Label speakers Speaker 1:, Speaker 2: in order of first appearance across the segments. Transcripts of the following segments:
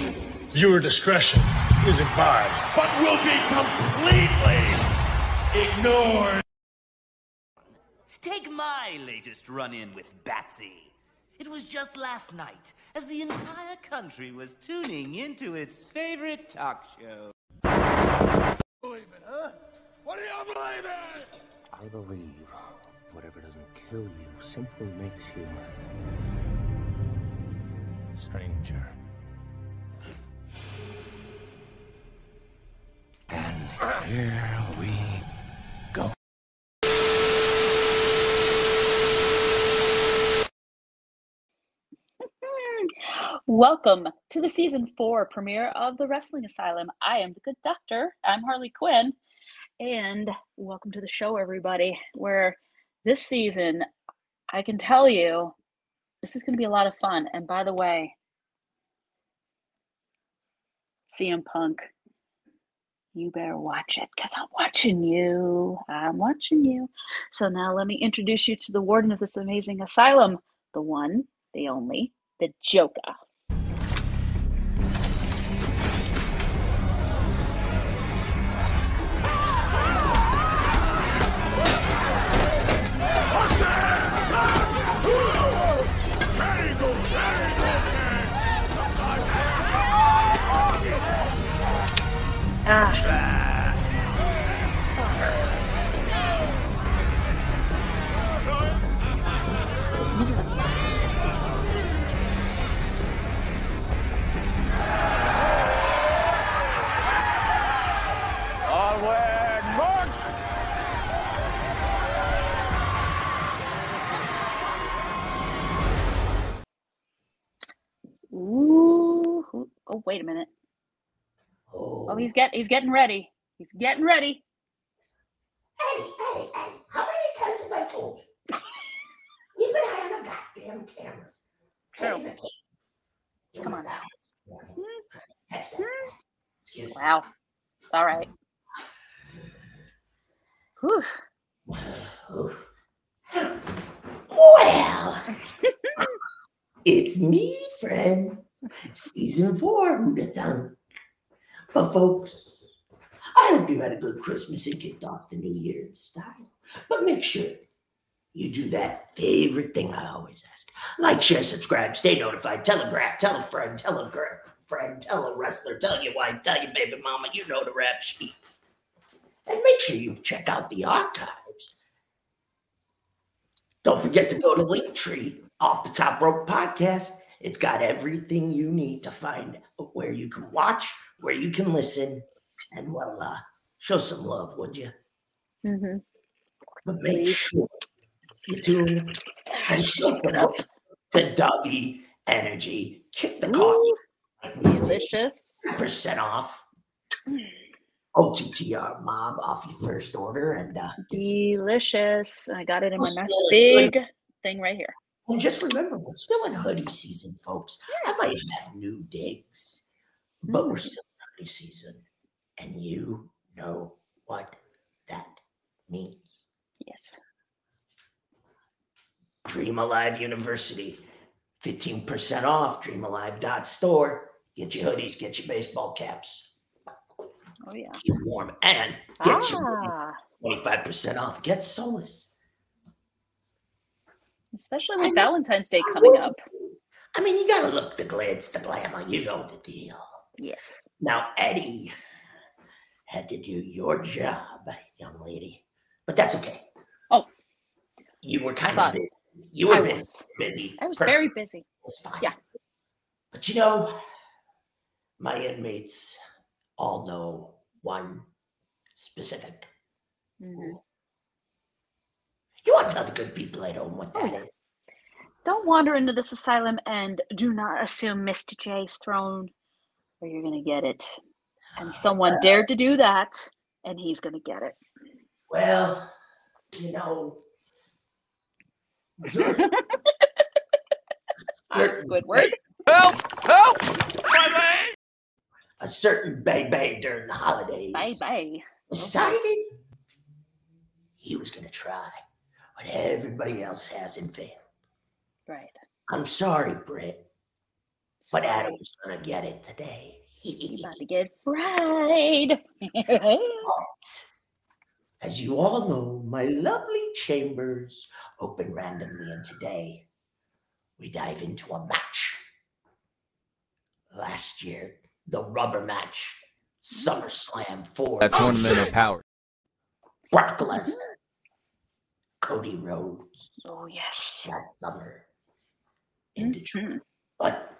Speaker 1: Viewer discretion is advised, but will be completely ignored.
Speaker 2: Take my latest run in with Batsy. It was just last night, as the entire country was tuning into its favorite talk show.
Speaker 1: Believe it, huh? What do you believe in?
Speaker 3: I believe whatever doesn't kill you simply makes you stranger. And here we go.
Speaker 4: Welcome to the season four premiere of The Wrestling Asylum. I am the good doctor. I'm Harley Quinn. And welcome to the show, everybody, where this season, I can tell you, this is going to be a lot of fun. And by the way, CM Punk, you better watch it because I'm watching you. I'm watching you. So now let me introduce you to the warden of this amazing asylum, the one, the only, the Joker. Ah,
Speaker 1: Onward, march!
Speaker 4: ooh, ooh, oh, wait a minute.
Speaker 3: Oh,
Speaker 4: Oh, he's get he's getting ready. He's getting ready.
Speaker 5: Hey, hey, hey, how many times have I told you? Keep an eye on the goddamn cameras.
Speaker 4: True.
Speaker 5: Hey, the-
Speaker 4: Come on now.
Speaker 5: Warning, trying to catch that mouse. Excuse me.
Speaker 4: Wow. It's all right. Whew.
Speaker 5: Oof. Well, it's me, friend. Season four, who'd have done? But folks, I hope you had a good Christmas and kicked off the new year in style. But make sure you do that favorite thing I always ask. Like, share, subscribe, stay notified, telegraph, tell a friend, tell a girl, friend, tell a wrestler, tell your wife, tell your baby mama, you know the rap sheet. And make sure you check out the archives. Don't forget to go to Linktree, Off the Top Rope Podcast. It's got everything you need to find where you can watch, where you can listen, and well, uh, show some love, would you?
Speaker 4: Mhm.
Speaker 5: But make
Speaker 4: Please.
Speaker 5: sure you tune and show it up to Dougie Energy. Kick the coffee.
Speaker 4: Ooh, Delicious.
Speaker 5: 10% off. OTTR Mob off your first order and uh, get some
Speaker 4: Delicious. I got it in my
Speaker 5: What's
Speaker 4: nice
Speaker 5: that?
Speaker 4: big thing right here.
Speaker 5: And just remember, we're still in hoodie season, folks. I might have new digs, but we're still in hoodie season. And you know what that means.
Speaker 4: Yes.
Speaker 5: Dream Alive University, 15% off, dreamalive.store. Get your hoodies, get your baseball caps,
Speaker 4: Oh yeah.
Speaker 5: keep warm, and get your
Speaker 4: Ah,
Speaker 5: 25% off. Get Solus.
Speaker 4: especially
Speaker 5: I
Speaker 4: with
Speaker 5: know-
Speaker 4: Valentine's Day
Speaker 5: I
Speaker 4: coming
Speaker 5: would.
Speaker 4: up.
Speaker 5: I mean, you got to look the glitz, the glamour. You know the deal.
Speaker 4: Yes.
Speaker 5: Now, Eddie had to do your job, young lady, but that's okay.
Speaker 4: Oh.
Speaker 5: you were kind
Speaker 4: Fine.
Speaker 5: of busy. You were
Speaker 4: I
Speaker 5: busy.
Speaker 4: was.
Speaker 5: busy
Speaker 4: I was
Speaker 5: person.
Speaker 4: very busy.
Speaker 5: It's fine.
Speaker 4: yeah.
Speaker 5: but you know, my inmates all know one specific. Mm.
Speaker 4: Mhm.
Speaker 5: You want to tell the good people at home what
Speaker 4: Oh,
Speaker 5: that is?
Speaker 4: yeah. Don't wander into this asylum and do not assume Mr. J's throne, or you're gonna get it.
Speaker 5: Ah,
Speaker 4: And someone dared to do that, and he's gonna get it.
Speaker 5: Well, you know. certain
Speaker 4: Squidward.
Speaker 5: a certain Bay Bay during the holidays
Speaker 4: Bye bye.
Speaker 5: decided he was going to try what everybody else has and failed.
Speaker 4: Right.
Speaker 5: I'm sorry, Britt, but
Speaker 4: Sorry.
Speaker 5: Adam's going to get it today.
Speaker 4: You about to get fried.
Speaker 5: As you all know, my lovely chambers open randomly, and today we dive into a match. Last year, the rubber match, SummerSlam 4.
Speaker 3: That tournament of power.
Speaker 5: Brock Lesnar, Cody Rhodes,
Speaker 4: oh yes.
Speaker 5: that summer in Detroit.
Speaker 4: Mm-hmm.
Speaker 5: But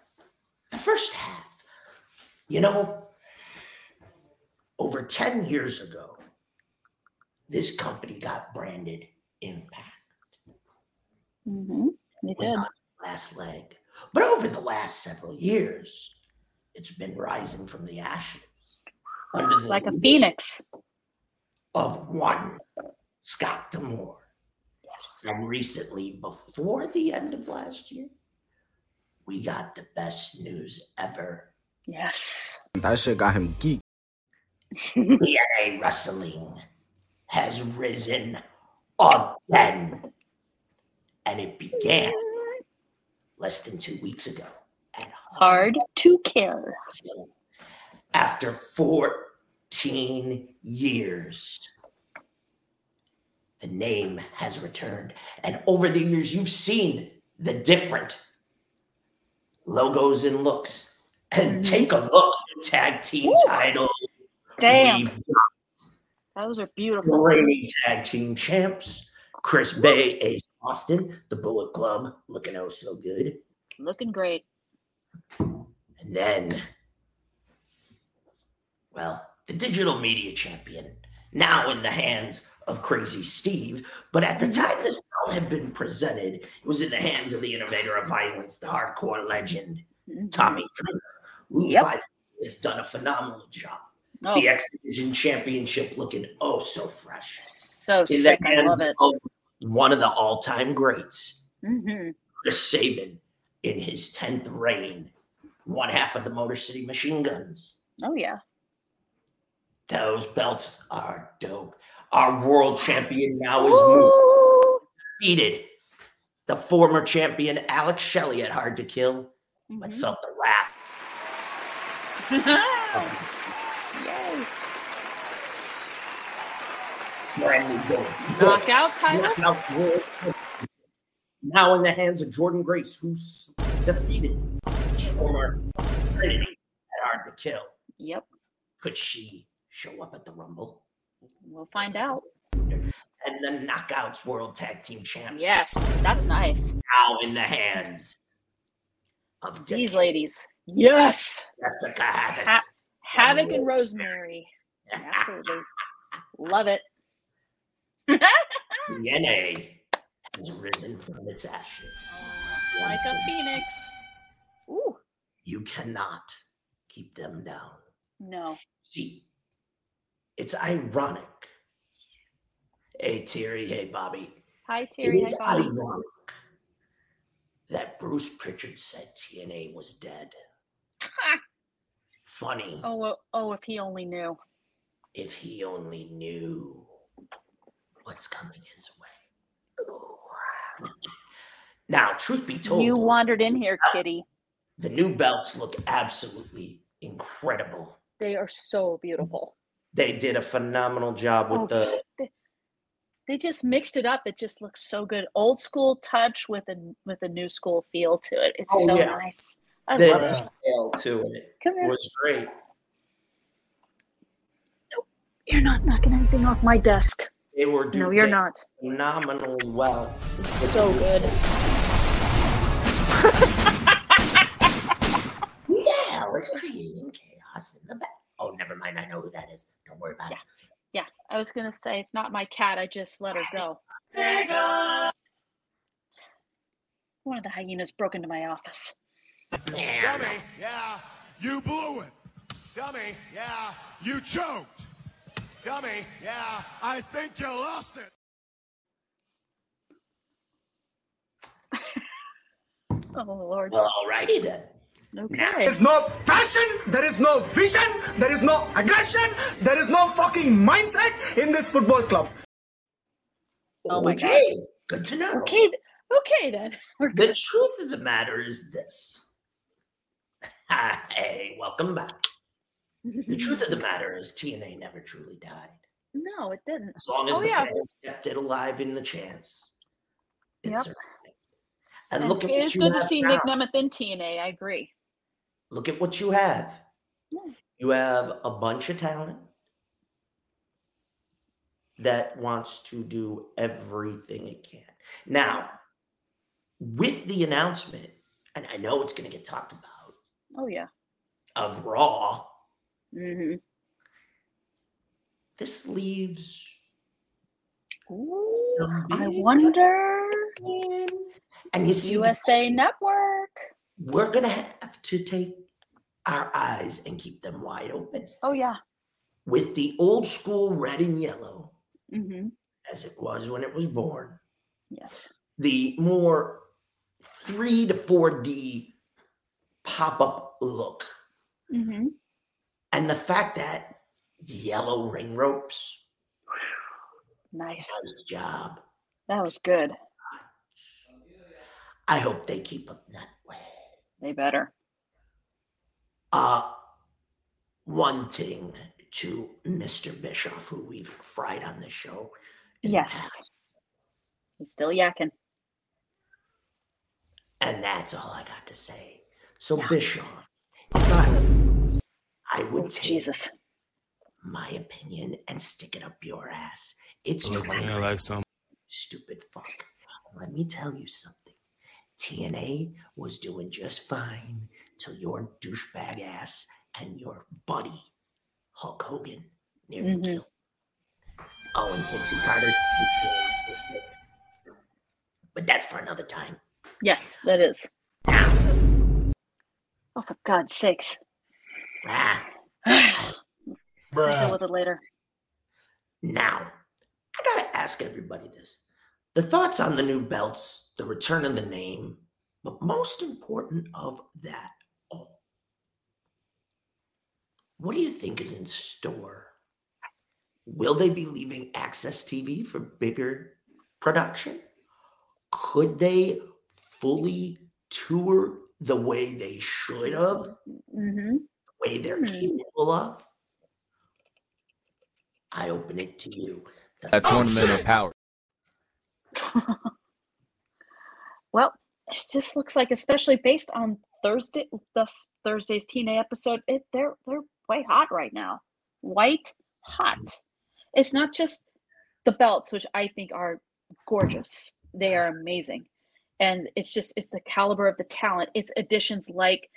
Speaker 5: the first half, you know, over 10 years ago, this company got branded Impact.
Speaker 4: Mm-hmm. It
Speaker 5: was
Speaker 4: did.
Speaker 5: on its last leg. But over the last several years, it's been rising from the ashes under the
Speaker 4: Like a
Speaker 5: leadership
Speaker 4: phoenix.
Speaker 5: of one Scott Demore.
Speaker 4: Yes.
Speaker 5: And recently, before the end of last year, we got the best news ever.
Speaker 4: Yes.
Speaker 3: That shit got him geek.
Speaker 5: TNA Wrestling has risen again. And it began less than two weeks ago at
Speaker 4: Hard to care.
Speaker 5: Hill. After 14 years, the name has returned. And over the years, you've seen the different logos and looks. And take a look at the tag team
Speaker 4: Woo.
Speaker 5: title.
Speaker 4: Damn,
Speaker 5: We've
Speaker 4: those are beautiful.
Speaker 5: reigning tag team champs. Chris Bay, Ace Austin, the Bullet Club, looking oh so good.
Speaker 4: Looking great.
Speaker 5: And then, well, the digital media champion, now in the hands of Crazy Steve. But at the time this belt had been presented, it was in the hands of the innovator of violence, the hardcore legend,
Speaker 4: Mhm.
Speaker 5: Tommy Dreamer, who
Speaker 4: Yep.
Speaker 5: by the way, has done a phenomenal job.
Speaker 4: Oh,
Speaker 5: The X Division Championship looking oh so fresh.
Speaker 4: so
Speaker 5: In
Speaker 4: sick.
Speaker 5: the
Speaker 4: I
Speaker 5: hands
Speaker 4: love it.
Speaker 5: of One of the all time greats,
Speaker 4: hmm
Speaker 5: Chris Sabin in his 10th reign, one half of the Motor City Machine Guns.
Speaker 4: Oh yeah.
Speaker 5: Those belts are dope. Our world champion now is
Speaker 4: Ooh.
Speaker 5: defeated. The former champion, Alex Shelley, at Hard to Kill, but
Speaker 4: Mhm.
Speaker 5: felt the wrath.
Speaker 4: Mm-hmm. Yay.
Speaker 5: Brand new gold.
Speaker 4: Knock out, Tyler.
Speaker 5: Knockout world champion. Now in the hands of Jordan Grace, who's defeated former Trinity at Hard to Kill.
Speaker 4: Yep.
Speaker 5: Could she show up at the Rumble?
Speaker 4: We'll find out.
Speaker 5: and the Knockouts World Tag Team Champs
Speaker 4: Yes, that's nice.
Speaker 5: now in the hands of
Speaker 4: These
Speaker 5: Dick
Speaker 4: ladies. Yes.
Speaker 5: Jessica Havoc.
Speaker 4: Ha- Havoc and Rosemary. Absolutely. Love it.
Speaker 5: DNA has risen from its ashes.
Speaker 4: like a phoenix. Ooh.
Speaker 5: You cannot keep them down.
Speaker 4: No.
Speaker 5: See, it's ironic. Hey, Terry. Hey, Bobby.
Speaker 4: Hi,
Speaker 5: It
Speaker 4: Terry.
Speaker 5: is
Speaker 4: Hi, Bobby.
Speaker 5: ironic that Bruce Pritchard said TNA was dead. Funny.
Speaker 4: Oh, well- oh, if he only knew.
Speaker 5: if he only knew what's coming his way. Now, truth be told,
Speaker 4: You wandered in here, kitty.
Speaker 5: the new belts look absolutely incredible.
Speaker 4: They are so beautiful.
Speaker 5: They did a phenomenal job Mm. with
Speaker 4: Oh,
Speaker 5: the
Speaker 4: They just mixed it up. It just looks so good. Old school touch with a with a new school feel to it. It's
Speaker 5: Oh,
Speaker 4: so
Speaker 5: yeah.
Speaker 4: nice. I love it.
Speaker 5: the detail to it.
Speaker 4: Come
Speaker 5: It
Speaker 4: here.
Speaker 5: was great.
Speaker 4: You're not knocking anything off my desk.
Speaker 5: They were
Speaker 4: No,
Speaker 5: doing
Speaker 4: you're
Speaker 5: it
Speaker 4: not.
Speaker 5: phenomenally well.
Speaker 4: It's so good.
Speaker 5: Yeah, it was creating chaos in the back. Oh, never mind. I know who that is. Don't worry about it.
Speaker 4: Yeah, I was gonna say it's not my cat. I just let her go. One of the hyenas broke into my office.
Speaker 5: Man,
Speaker 1: Dummy, yeah, you blew it. Dummy, yeah, you choked. Dummy, yeah, I think you lost it.
Speaker 4: Oh Lord.
Speaker 5: Well, alrighty then.
Speaker 4: Okay.
Speaker 6: There is no passion, there is no vision, there is no aggression, there is no fucking mindset in this football club.
Speaker 4: Oh my God.
Speaker 5: okay. Good to know.
Speaker 4: Okay. th- Okay then. We're
Speaker 5: The
Speaker 4: good.
Speaker 5: truth of the matter is this. Hey, welcome back. The truth of the matter is TNA never truly died.
Speaker 4: No, it didn't.
Speaker 5: As long as
Speaker 4: Oh,
Speaker 5: the
Speaker 4: yeah.
Speaker 5: fans kept it alive in the chance. it
Speaker 4: Yep.
Speaker 5: survived. And,
Speaker 4: And
Speaker 5: look at
Speaker 4: it
Speaker 5: what
Speaker 4: is
Speaker 5: you
Speaker 4: good to
Speaker 5: have
Speaker 4: see
Speaker 5: now.
Speaker 4: Nick Nemeth in TNA. I agree.
Speaker 5: Look at what you have.
Speaker 4: Yeah.
Speaker 5: You have a bunch of talent that wants to do everything it can. Now, with the announcement, and I know it's going to get talked about,
Speaker 4: Oh yeah.
Speaker 5: of Raw,
Speaker 4: hmm
Speaker 5: this leaves.
Speaker 4: Ooh, I
Speaker 5: Big
Speaker 4: wonder.
Speaker 5: And you see,
Speaker 4: USA Network.
Speaker 5: we're going to have to take our eyes and keep them wide open
Speaker 4: Oh yeah.
Speaker 5: with the old school red and yellow
Speaker 4: hmm
Speaker 5: as it was when it was born.
Speaker 4: Yes.
Speaker 5: the more three to four D pop up look,
Speaker 4: hmm
Speaker 5: and the fact that yellow ring ropes
Speaker 4: Nice.
Speaker 5: does the job.
Speaker 4: That was good.
Speaker 5: I hope they keep up that way.
Speaker 4: They better.
Speaker 5: Uh one thing to Mr. Bischoff, who we've fried on this show. in the past,
Speaker 4: Yes. He's still yakking.
Speaker 5: and that's all I got to say. So Bischoff, if I, were you, I would take
Speaker 4: Oh, Jesus.
Speaker 5: my opinion and stick it up your ass. It's
Speaker 7: Look at me
Speaker 5: 2019.
Speaker 7: like some
Speaker 5: stupid fuck. Let me tell you something. TNA was doing just fine till your douchebag ass and your buddy, Hulk Hogan, nearly
Speaker 4: Mhm.
Speaker 5: killed. Oh, and Dixie Carter. But that's for another time.
Speaker 4: Yes, that is. Oh, for God's sakes.
Speaker 5: Ah, Uh,
Speaker 4: Deal with it later.
Speaker 5: now, I gotta ask everybody this. The thoughts on the new belts, the return of the name, but most important of that all. What do you think is in store? Will they be leaving Access TV for bigger production? Could they fully tour the way they should have, the
Speaker 4: hmm
Speaker 5: way they're
Speaker 4: Hmm.
Speaker 5: capable of? I open it to you. The
Speaker 1: That's
Speaker 5: thoughts-
Speaker 1: tournament of power.
Speaker 4: Well, it just looks like, especially based on Thursday, thus Thursday's TNA episode, it they're they're white hot right now, white hot. It's not just the belts, which I think are gorgeous; they are amazing, and it's just it's the caliber of the talent. It's additions like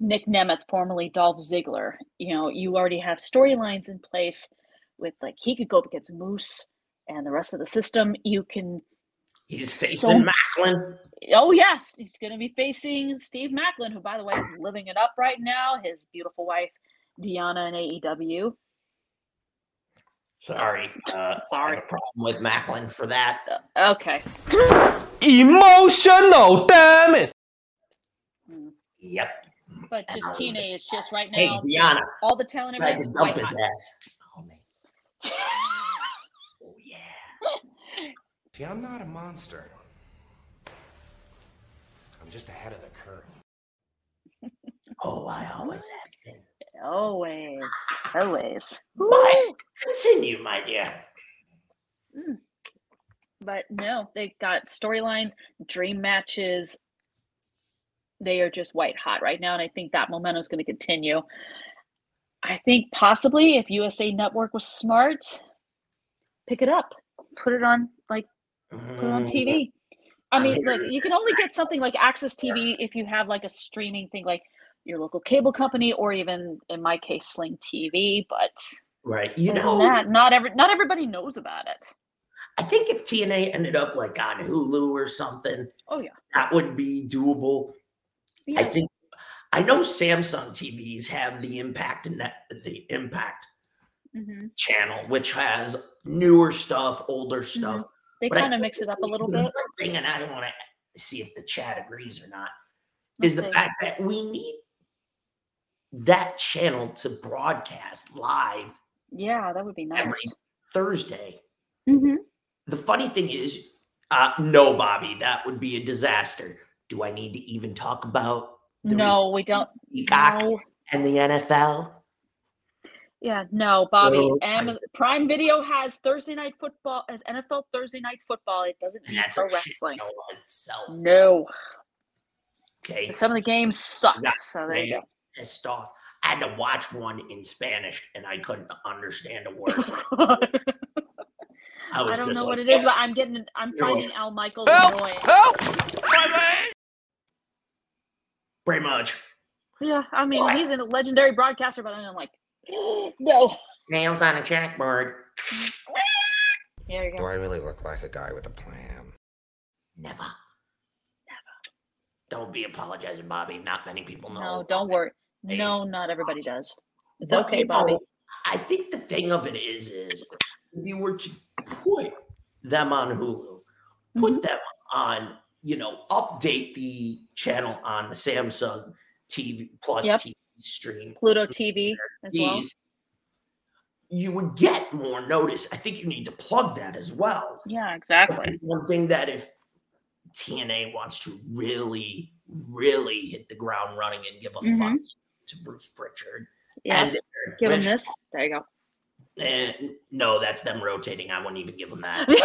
Speaker 4: Nick Nemeth, formerly Dolph Ziggler. You know, you already have storylines in place with like he could go up against Moose and the rest of the system. You can
Speaker 5: He's
Speaker 4: So-
Speaker 5: facing Macklin.
Speaker 4: Oh yes, he's going to be facing Steve Macklin, who, by the way, is living it up right now. His beautiful wife, Deanna, in E AEW.
Speaker 5: Sorry. Uh, I have
Speaker 4: Sorry.
Speaker 5: a problem with Macklin for that.
Speaker 4: Okay,
Speaker 1: Emotional, damn it.
Speaker 5: Yep.
Speaker 4: but just TNA is just right
Speaker 5: Hey,
Speaker 4: now
Speaker 5: Deanna,
Speaker 4: all the talent.
Speaker 5: I
Speaker 4: everything,
Speaker 5: can
Speaker 4: white
Speaker 5: dump his
Speaker 4: hot.
Speaker 5: ass. Oh, man. Oh, yeah.
Speaker 3: See, I'm not a monster. I'm just ahead of the curve.
Speaker 5: Oh, I always have been.
Speaker 4: always, always.
Speaker 5: But continue, my dear.
Speaker 4: But no, they got storylines, dream matches. They are just white hot right now, and I think that momentum is going to continue. I think possibly if USA Network was smart, pick it up, put it on like put it on
Speaker 5: Mm,
Speaker 4: TV. I
Speaker 5: I
Speaker 4: mean,
Speaker 5: hear
Speaker 4: look, you can only get something like Access TV if you have like a streaming thing, like your local cable company, or even in my case, Sling TV. But
Speaker 5: Right. You
Speaker 4: other than
Speaker 5: know,
Speaker 4: that, not every not everybody knows about it.
Speaker 5: I think if TNA ended up like on Hulu or something,
Speaker 4: Oh yeah,
Speaker 5: that would be doable. I
Speaker 4: yeah,
Speaker 5: think I know Samsung TVs have the impact and that the impact
Speaker 4: hmm
Speaker 5: channel, which has newer stuff, older stuff.
Speaker 4: Mm-hmm. they
Speaker 5: But I
Speaker 4: kind of
Speaker 5: think
Speaker 4: mix it up a little
Speaker 5: the
Speaker 4: bit.
Speaker 5: other Thing, and I want to see if the chat agrees or not,
Speaker 4: Let's
Speaker 5: is the
Speaker 4: see.
Speaker 5: fact that we need that channel to broadcast live
Speaker 4: Yeah, that would be
Speaker 5: every-
Speaker 4: nice.
Speaker 5: Thursday.
Speaker 6: Mm-hmm.
Speaker 4: hmm
Speaker 5: The funny thing is, uh, no, Bobby, that would be a disaster. Do I need to even talk about the
Speaker 4: No, we don't.
Speaker 5: recent Peacock
Speaker 4: No,
Speaker 5: and the NFL?
Speaker 4: Yeah, no, Bobby.
Speaker 5: Oh, I
Speaker 4: Amazon,
Speaker 5: see.
Speaker 4: Prime Video has Thursday night football as NFL Thursday night football. It doesn't
Speaker 5: And
Speaker 4: need
Speaker 5: that's
Speaker 4: pro
Speaker 5: a shit
Speaker 4: wrestling.
Speaker 5: show on itself.
Speaker 4: No,
Speaker 5: Okay.
Speaker 4: some of the games suck.
Speaker 5: Nah,
Speaker 4: So there you go.
Speaker 5: It's pissed off. I had to watch one in Spanish and I couldn't understand a word. I
Speaker 4: I
Speaker 5: was
Speaker 4: don't
Speaker 5: just
Speaker 4: know
Speaker 5: like,
Speaker 4: what it is, but I'm getting. I'm
Speaker 5: You're
Speaker 4: finding
Speaker 5: welcome.
Speaker 4: Al Michaels
Speaker 6: Help!
Speaker 4: annoying.
Speaker 6: Help!
Speaker 5: pretty much.
Speaker 4: Yeah, I mean he's a legendary broadcaster, but I'm like, no.
Speaker 5: Nails on a chalkboard.
Speaker 4: There you
Speaker 3: Do
Speaker 4: go.
Speaker 3: I really look like a guy with a plan?
Speaker 5: Never. Never. Don't be apologizing, Bobby. Not many people know.
Speaker 4: No,
Speaker 5: about
Speaker 4: don't
Speaker 5: it.
Speaker 4: worry.
Speaker 5: Hey,
Speaker 4: No, not everybody does. It's
Speaker 5: But,
Speaker 4: okay,
Speaker 5: you know,
Speaker 4: Bobby.
Speaker 5: I think the thing of it is, is if you were to put them on Hulu, put
Speaker 4: Mm-hmm.
Speaker 5: them on, you know, update the channel on the Samsung TV Plus
Speaker 4: Yep.
Speaker 5: TV stream.
Speaker 4: Pluto TV as well.
Speaker 5: these, You would get more notice. I think you need to plug that as well.
Speaker 4: Yeah,
Speaker 5: That's
Speaker 4: exactly.
Speaker 5: One thing that if TNA wants to really, really hit the ground running and give a fuck to Bruce Pritchard,
Speaker 4: Mm-hmm. Yeah,
Speaker 5: and if they're
Speaker 4: give him
Speaker 5: rich-
Speaker 4: this. There you go.
Speaker 5: and eh, no, that's them rotating. I wouldn't even give them that. I would give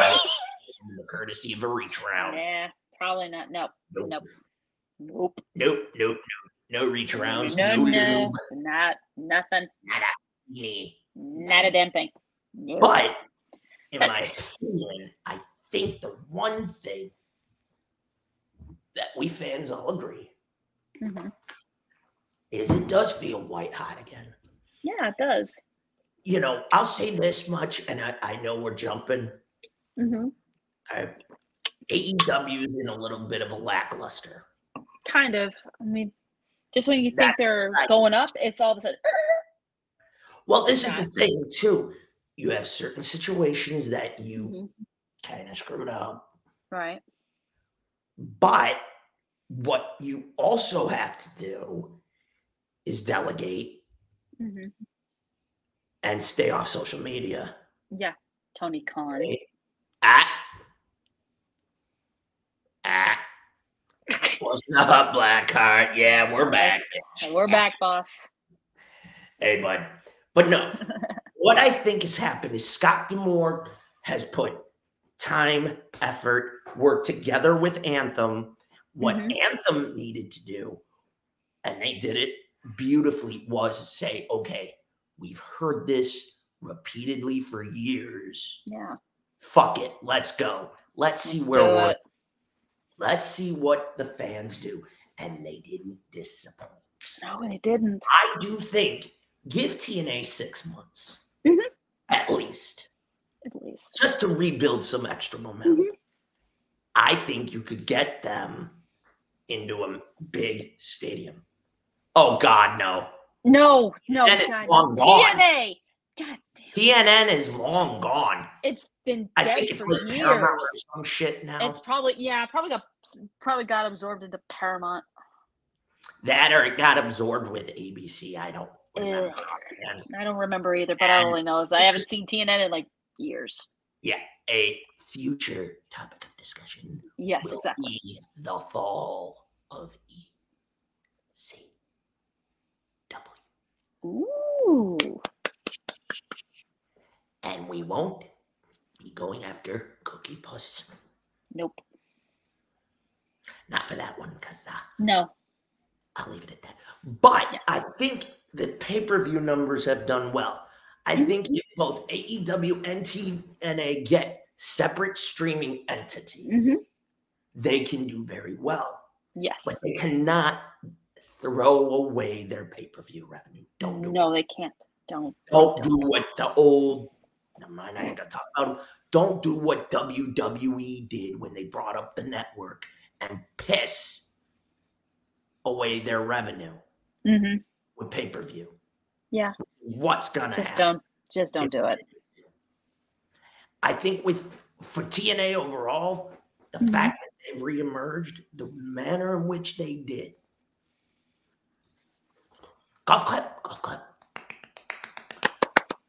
Speaker 5: them the courtesy of a reach round.
Speaker 4: Nah, probably not. No,
Speaker 5: Nope.
Speaker 4: Nope. nope.
Speaker 5: Nope. Nope. No, no reach rounds.
Speaker 4: No, no,
Speaker 5: lube,
Speaker 4: not nothing.
Speaker 5: me.
Speaker 4: Not a damn thing. No.
Speaker 5: But in my opinion, I think the one thing that we fans all agree
Speaker 4: Mhm.
Speaker 5: is it does feel white hot again.
Speaker 4: yeah, it does.
Speaker 5: You know, I'll say this much, and I, I know we're jumping.
Speaker 4: hmm
Speaker 5: I, AEW's in a little bit of a lackluster.
Speaker 4: Kind of. I mean, just when you think
Speaker 5: That's
Speaker 4: they're
Speaker 5: right.
Speaker 4: going up, it's all of a sudden.
Speaker 5: Well, this is the thing too. You have certain situations that you
Speaker 4: Mhm.
Speaker 5: kind of screwed up,
Speaker 4: Right.
Speaker 5: but what you also have to do is delegate
Speaker 4: hmm
Speaker 5: and stay off social media.
Speaker 4: Yeah. Tony Khan.
Speaker 5: Right? Ah, ah. What's up, Blackheart? Yeah, we're back.
Speaker 4: Hey, we're back, boss.
Speaker 5: Hey, bud. But no, what I think has happened is Scott Demore has put time, effort, work together with Anthem, what
Speaker 4: Mhm.
Speaker 5: Anthem needed to do, and they did it beautifully, was say, okay, we've heard this repeatedly for years.
Speaker 4: Yeah.
Speaker 5: Fuck it. Let's go. Let's see
Speaker 4: let's
Speaker 5: where
Speaker 4: do
Speaker 5: we're
Speaker 4: it.
Speaker 5: let's see what the fans do. And they didn't disappoint.
Speaker 4: No, they didn't.
Speaker 5: I do think give TNA six months
Speaker 4: Mhm.
Speaker 5: at least
Speaker 4: At least.
Speaker 5: just to rebuild some extra momentum.
Speaker 4: Mm-hmm.
Speaker 5: I think you could get them into a big stadium. Oh God, no!
Speaker 4: No, no.
Speaker 5: That is
Speaker 4: God,
Speaker 5: long
Speaker 4: no.
Speaker 5: gone.
Speaker 4: TNA. God damn.
Speaker 5: TNN is long gone.
Speaker 4: It's been
Speaker 5: I
Speaker 4: dead
Speaker 5: think it's
Speaker 4: for
Speaker 5: like
Speaker 4: years.
Speaker 5: Paramount or some shit now.
Speaker 4: It's probably yeah, probably got probably got absorbed into Paramount.
Speaker 5: that or it got absorbed with ABC. I don't remember. offhand.
Speaker 4: I don't remember either, but I
Speaker 5: And-
Speaker 4: only knows I haven't seen TNN in like years.
Speaker 5: A future topic of discussion.
Speaker 4: Yes,
Speaker 5: will
Speaker 4: exactly.
Speaker 5: be the fall of E ECW.
Speaker 4: Ooh,
Speaker 5: And we won't be going after Cookie Puss.
Speaker 4: nope,
Speaker 5: Not for that one, because uh,
Speaker 4: no,
Speaker 5: I'll leave it at that. But
Speaker 4: Yeah.
Speaker 5: I think the pay per view numbers have done well.
Speaker 4: Mm-hmm.
Speaker 5: I think if both AEW and TNA get separate streaming entities,
Speaker 4: Mhm.
Speaker 5: they can do very well.
Speaker 4: yes,
Speaker 5: But they cannot throw away their pay per view revenue. Don't do it.
Speaker 4: no, they can't. Don't
Speaker 5: Don't do what the old. Never mind, I ain't gonna talk about 'em. Don't do what WWE did when they brought up the network and piss away their revenue
Speaker 4: hmm
Speaker 5: with pay per view.
Speaker 4: Yeah.
Speaker 5: what's gonna
Speaker 4: Just
Speaker 5: happen?
Speaker 4: don't, just don't do it.
Speaker 5: I think with for TNA overall, the
Speaker 4: Mhm.
Speaker 5: fact that they've reemerged, the manner in which they did. Golf clap, golf clap.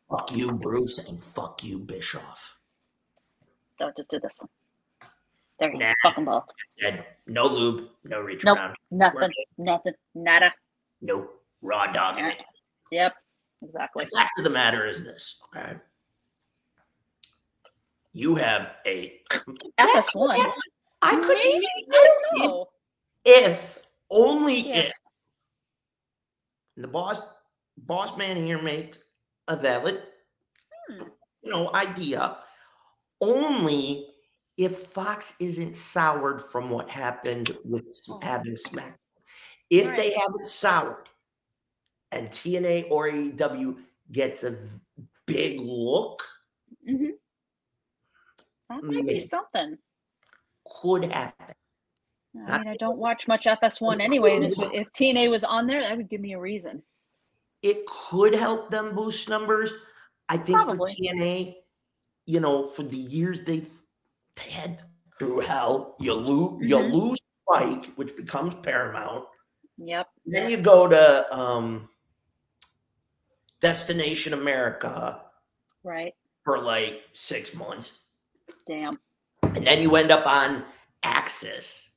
Speaker 5: Fuck you, Bruce, and fuck you, Bischoff.
Speaker 4: Don't just do this one. There, you go,
Speaker 5: Nah.
Speaker 4: fucking ball.
Speaker 5: Said, no lube, no reach
Speaker 4: Nope.
Speaker 5: around,
Speaker 4: Nothing, nothing, nada.
Speaker 5: no raw dog. in it.
Speaker 4: Yep, exactly.
Speaker 5: The fact of the matter is this, okay? You have a.
Speaker 4: FS1.
Speaker 5: I could
Speaker 4: Maybe,
Speaker 5: easily
Speaker 4: I don't
Speaker 5: if-
Speaker 4: know.
Speaker 5: If only
Speaker 4: Yeah.
Speaker 5: if the boss boss man here makes a valid,
Speaker 4: Hmm.
Speaker 5: you know, idea. Only if Fox isn't soured from what happened with s-
Speaker 4: Oh.
Speaker 5: having SmackDown. If they
Speaker 4: Right.
Speaker 5: haven't soured, and TNA or AEW gets a v- big look,
Speaker 4: hmm That might be
Speaker 5: Maybe.
Speaker 4: something.
Speaker 5: could happen.
Speaker 4: I mean, I don't watch much FS1 anyway. And this would, if TNA was on there, that would give me a reason.
Speaker 5: it could help them boost numbers. I think
Speaker 4: Probably.
Speaker 5: for TNA, you know, for the years they've they had through hell, you lose you
Speaker 4: Mhm.
Speaker 5: lose Spike, which becomes Paramount.
Speaker 4: Yep.
Speaker 5: Then you go to um, Destination America
Speaker 4: Right.
Speaker 5: for like six months,
Speaker 4: Damn.
Speaker 5: and then you end up on Axis.